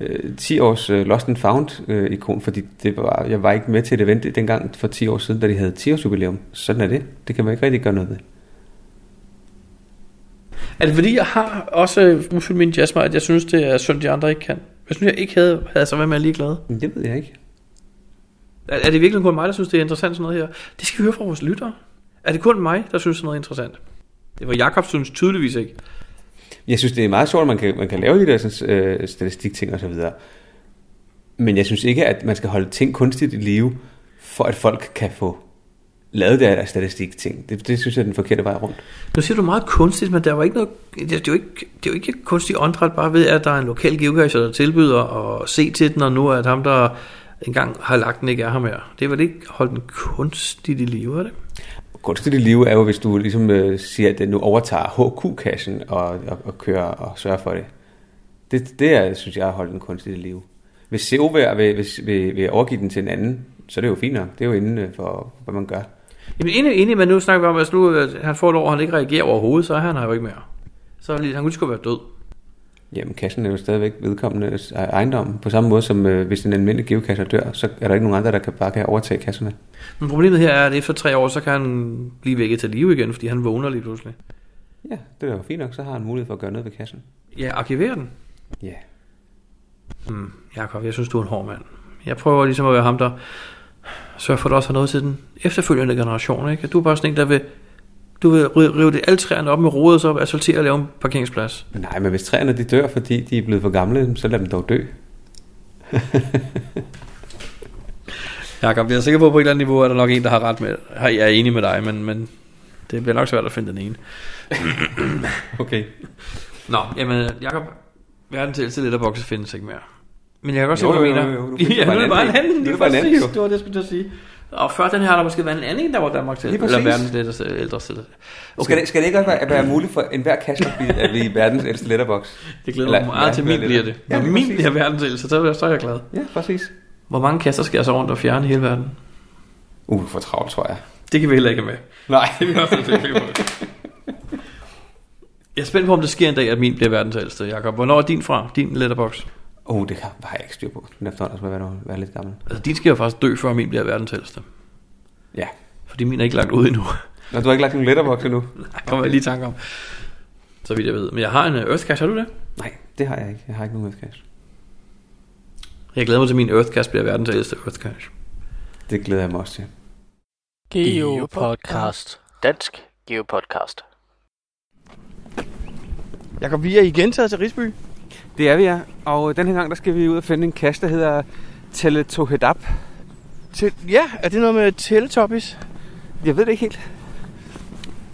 S6: øh, 10 års øh, Lost and Found øh, ikon, fordi det var, jeg var ikke med til et event dengang for 10 år siden, da de havde 10 års jubilæum. Sådan er det. Det kan man ikke rigtig gøre noget ved.
S4: Er det fordi, jeg har også ufyldt min jazzmej, at jeg synes, det er synd, de andre ikke kan? Jeg synes, jeg ikke havde, havde så været med ligeglad.
S6: Men det ved jeg ikke.
S4: Er, er det virkelig kun mig, der synes, det er interessant sådan noget her? Det skal vi høre fra vores lyttere. Er det kun mig, der synes, sådan noget er interessant? Det var Jakob synes tydeligvis ikke.
S6: Jeg synes, det er meget sjovt, at man kan, man kan lave de der sådan, øh, statistikting og så videre. Men jeg synes ikke, at man skal holde ting kunstigt i live, for at folk kan få lavet deres statistikting. Det, det synes jeg er den forkerte vej rundt.
S4: Nu siger du meget kunstigt, men der var ikke noget, det, det, er, jo ikke, det er jo ikke kunstig åndedræt bare ved, at der er en lokal geocacher, der tilbyder at se til den, og nu er at ham, der engang har lagt den, ikke er ham her. Det er vel ikke holde den kunstigt i live, er det?
S6: Kunstigt i live er jo, hvis du ligesom øh, siger, at den nu overtager HQ-kassen og, og, og kører og sørger for det. Det, det er, synes jeg, at holde den kunstigt i live. Hvis COV vil, vil, vil, vil overgive den til en anden, så er det jo fint nok. Det er jo inden øh, for, hvad man gør.
S4: Jamen inden, inden man nu snakker vi om, at nu, øh, han får et år, han ikke reagerer overhovedet, så er han her jo ikke mere. Så er det lige- han kunne lige så godt være død.
S6: Jamen, kassen er jo stadigvæk vedkommende ejendom. På samme måde som øh, hvis en almindelig geocacher dør, så er der ikke nogen andre, der kan bare kan overtage kasserne.
S4: Men problemet her er, at efter tre år, så kan han blive vækket til live igen, fordi han vågner lige pludselig.
S6: Ja, det er jo fint nok. Så har han mulighed for at gøre noget ved kassen.
S4: Ja, arkiver den.
S6: Ja.
S4: Hmm, Jakob, jeg synes, du er en hård mand. Jeg prøver ligesom at være ham, der sørger for, at der også har noget til den efterfølgende generation. Ikke? Du er bare sådan en, der vil, du vil rive rive det alle træerne op med rodet, så asfaltere og lave en parkeringsplads.
S6: Nej, men hvis træerne de dør, fordi de er blevet for gamle, så lad dem dog dø.
S4: Jakob, jeg er sikker på, at på et eller andet niveau er der nok en, der har ret med. Jeg er enig med dig, men, men det bliver nok svært at finde den ene.
S6: Okay.
S4: Nå, jamen Jakob, verdens ældste letterbox findes ikke mere. Men jeg kan godt se,
S6: Jo,
S4: hvad du
S6: jo, jo,
S4: mener.
S6: jo, jo. Nu fik du
S4: Ja,
S6: bare
S4: nu er det
S6: en
S4: bare en
S6: anden en.
S4: anden.
S6: Nu er
S4: Lige
S6: det bare en anden,
S4: præcis.
S6: jo.
S4: Det var det, jeg skulle til at sige. Og før den her har der måske været en anden, der var Danmarks til.
S6: Lige
S4: Eller
S6: præcis.
S4: verdens ældste. ældste.
S6: okay. Skal, det, skal det ikke også være, være muligt for enhver kasse at blive, at blive verdens ældste letterbox?
S4: Det glæder mig
S6: Eller-
S4: meget til,
S6: ja,
S4: min bliver
S6: letter-
S4: det.
S6: Ja,
S4: Når
S6: lige
S4: min
S6: præcis.
S4: bliver verdens ældste, så er jeg- så er jeg glad.
S6: Ja, præcis.
S4: Hvor mange kasser skal jeg så rundt og fjerne i hele verden?
S6: Uh, for travlt, tror jeg.
S4: Det kan vi heller ikke have med.
S6: Nej.
S4: Jeg er spændt på, om det sker en dag, at min bliver verdens ældste, Jakob. Hvornår er din fra? Din letterbox?
S6: uh, det har har jeg ikke styr på. Den efterhånden skal være, noget- være lidt gammel.
S4: Altså, din skal jo faktisk dø, før min bliver verdens ældste.
S6: Ja.
S4: Fordi min er ikke lagt ud endnu.
S6: Nå, du har ikke lagt nogen letterbox endnu?
S4: Der kommer jeg lige i tanke om. Så vidt jeg ved. Men jeg har en øh, Earthcast, har du det?
S6: Nej, det har jeg ikke. Jeg har ikke nogen letterbox.
S4: Jeg glæder mig til, at min Earthcast bliver verdens ældste Earthcast.
S6: Det glæder jeg mig også til.
S3: Geo Podcast. Dansk Geo Podcast.
S1: Jakob, vi er igen taget til Risby.
S2: Det er vi, ja. Og den her gang, der skal vi ud og finde en kasse, der hedder Teletohedap.
S1: Til, ja, er det noget med Teletubbies?
S2: Jeg ved det ikke helt.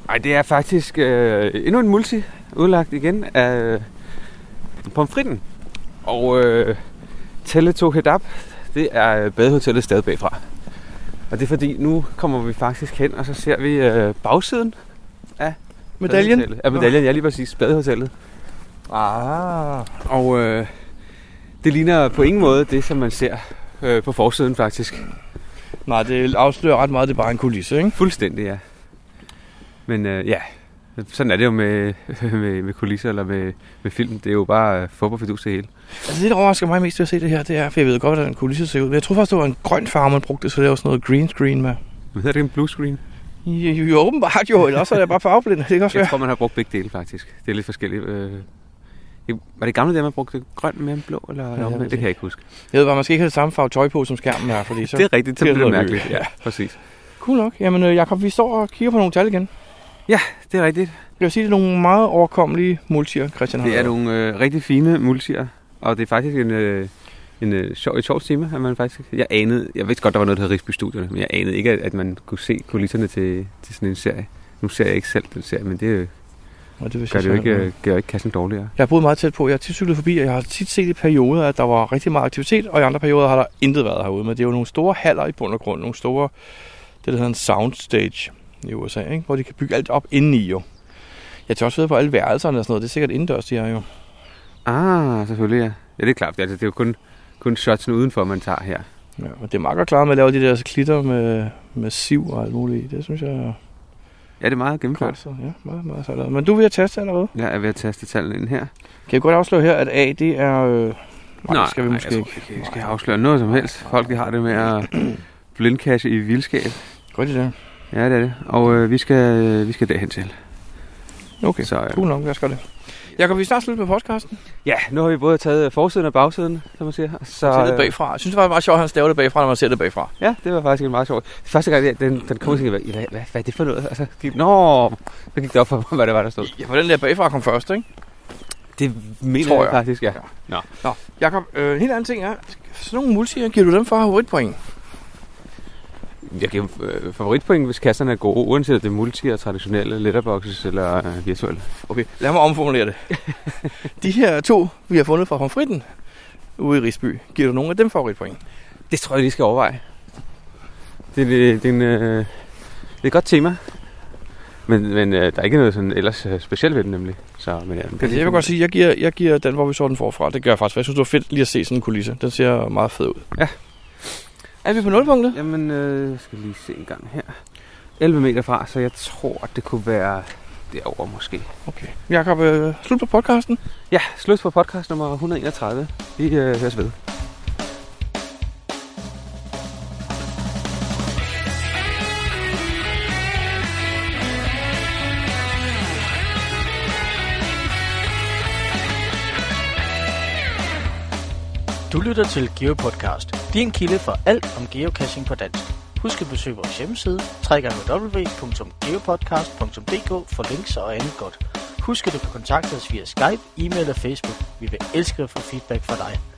S2: Nej, det er faktisk øh, endnu en multi, udlagt igen af øh, pomfritten. Og øh, Teletohedap, det er øh, badehotellet stadig bagfra. Og det er fordi, nu kommer vi faktisk hen, og så ser vi øh, bagsiden
S1: Medaljen?
S2: Badehotellet. Ja, medaljen, ja lige præcis. Badehotellet.
S1: Ah.
S2: Og øh, det ligner på ingen måde det, som man ser øh, på forsiden faktisk.
S1: Nej, det afslører ret meget, det er bare en kulisse, ikke?
S2: Fuldstændig, ja. Men øh, ja, sådan er det jo med, med, med kulisser eller med, med film. Det er jo bare øh, fodboldfidus det hele.
S1: Altså det, der overrasker mig mest ved at se det her, det er, for jeg ved godt, hvordan en kulisse ser ud. Men jeg troede faktisk, det var en grøn farve, man brugte, så det var sådan noget green screen med.
S2: Men hedder det en blue screen?
S1: Jo, jo, jo, åbenbart jo, eller også er jeg bare farveblind, det kan også
S2: Jeg
S1: være.
S2: tror, man har brugt begge dele faktisk. Det er lidt forskelligt. Øh, det- var det gamle der, man brugte grøn mere end blå? Eller,
S1: jeg
S2: eller
S1: ved
S2: det kan jeg ikke huske.
S1: Jeg ved bare, man skal ikke have det samme farve tøj på som skærmen her, fordi så...
S2: Det er rigtigt, så
S1: bliver
S2: bliver det
S1: det noget
S2: mærkeligt. Ja, præcis.
S1: Cool nok. Jamen, øh, Jakob, vi står og kigger på nogle tal igen.
S2: Det er rigtigt.
S1: Jeg vil sige, det er nogle meget overkommelige multier, Christian har.
S2: Det er
S1: lavet.
S2: nogle øh, rigtig fine multier, og det er faktisk en, øh, en øh, sjov, et sjovt tema, at man faktisk... Jeg anede, jeg vidste godt, der var noget, der hed Rigsby Studierne, men jeg anede ikke, at, at man kunne se kulisserne til, til sådan en serie. Nu ser jeg ikke selv den serie, men det øh,
S1: Og det vil
S2: gør
S1: sige
S2: det jo
S1: sådan
S2: ikke,
S1: noget.
S2: øh, gør ikke kassen dårligere.
S1: Jeg har boet meget tæt på. Jeg har tit cyklet forbi, og jeg har tit set i perioder, at der var rigtig meget aktivitet, og i andre perioder har der intet været herude. Men det er jo nogle store haller i bund og grund. Nogle store, det der hedder en soundstage i USA, ikke? hvor de kan bygge alt op indeni jo. Jeg tager også ved på alle værelserne og sådan noget. Det er sikkert indendørs, de er jo.
S2: Ah, selvfølgelig, ja. Ja, det er klart. Det, er- altså, det er jo kun, kun shotsene udenfor, man tager her.
S1: Ja, men det er meget godt klaret med at lave de der klitter med, med siv og alt muligt i. Det synes jeg er
S2: Ja, det er meget
S1: godt.
S2: gennemført.
S1: Så, ja, meget, meget sejt. lavet. Men du vil have testet allerede?
S2: Jeg er ved at taste tallene ind her.
S1: Kan jeg godt afsløre her, at A, det er øh, Nej, det skal vi
S2: nej,
S1: måske
S2: jeg tror
S1: ikke.
S2: ikke. Vi skal afsløre noget som helst. Folk, de har det med at blindkasse i vildskab.
S1: Gør de det?
S2: Ja, det er det. Og øh, vi, skal, øh, vi skal derhen til.
S1: Okay,
S2: Så, øh,
S1: cool nok, lad os gøre det. Jakob, vi er snart slut med podcasten.
S2: Ja, nu har vi både taget øh, forsiden og bagsiden, som man siger.
S1: Så øh,
S2: Så, øh,
S1: det bagfra. Jeg synes, det var meget sjovt, at han staver det bagfra, når man ser det bagfra.
S2: ja, det var faktisk en meget sjovt. Første gang, jeg- den, den kom, tænkte jeg, hvad, hvad, hvad er det for noget? Og så gik, Nå, så gik det op for mig, hvad det var, der stod.
S1: Ja, for den der bagfra kom først, ikke?
S2: Det mener
S1: Tror
S2: jeg,
S1: jeg.
S2: faktisk, ja.
S1: Jakob, øh, en helt anden ting er, sådan nogle multier, giver du dem for favoritpoint?
S2: Jeg giver øh, favoritpoint, hvis kasserne er gode, uanset om det er multi- og traditionelle letterboxes eller øh, virtuelle.
S1: Okay, lad mig omformulere det. De her to, vi har fundet fra Pomfritten ude i Risby, giver du nogle af dem favoritpoint?
S2: Det tror jeg, de skal overveje. Det, det, det, er en, øh, det er et godt tema. Men, men øh, der er ikke noget sådan ellers øh, specielt ved den nemlig. Så, men, øh,
S1: Altså, jeg vil godt sige, jeg giver, jeg giver den, hvor vi så den forfra. Det gør jeg faktisk, for jeg synes, det var fedt lige at se sådan en kulisse. Den ser meget fed ud.
S2: Ja.
S1: Er vi på nulpunktet?
S2: Jamen, øh, jeg skal lige se en gang her. 11 meter fra, så jeg tror, at det kunne være derover måske.
S1: Okay. Jakob, øh, slut på podcasten.
S2: Ja, slut på podcast nummer 131. Vi øh, høres ved.
S3: Du lytter til GeoPodcast, din kilde for alt om geocaching på dansk. Husk at besøge vores hjemmeside, www.geopodcast.dk for links og andet godt. Husk at du kan kontakte os via Skype, e-mail og Facebook. Vi vil elske at få feedback fra dig.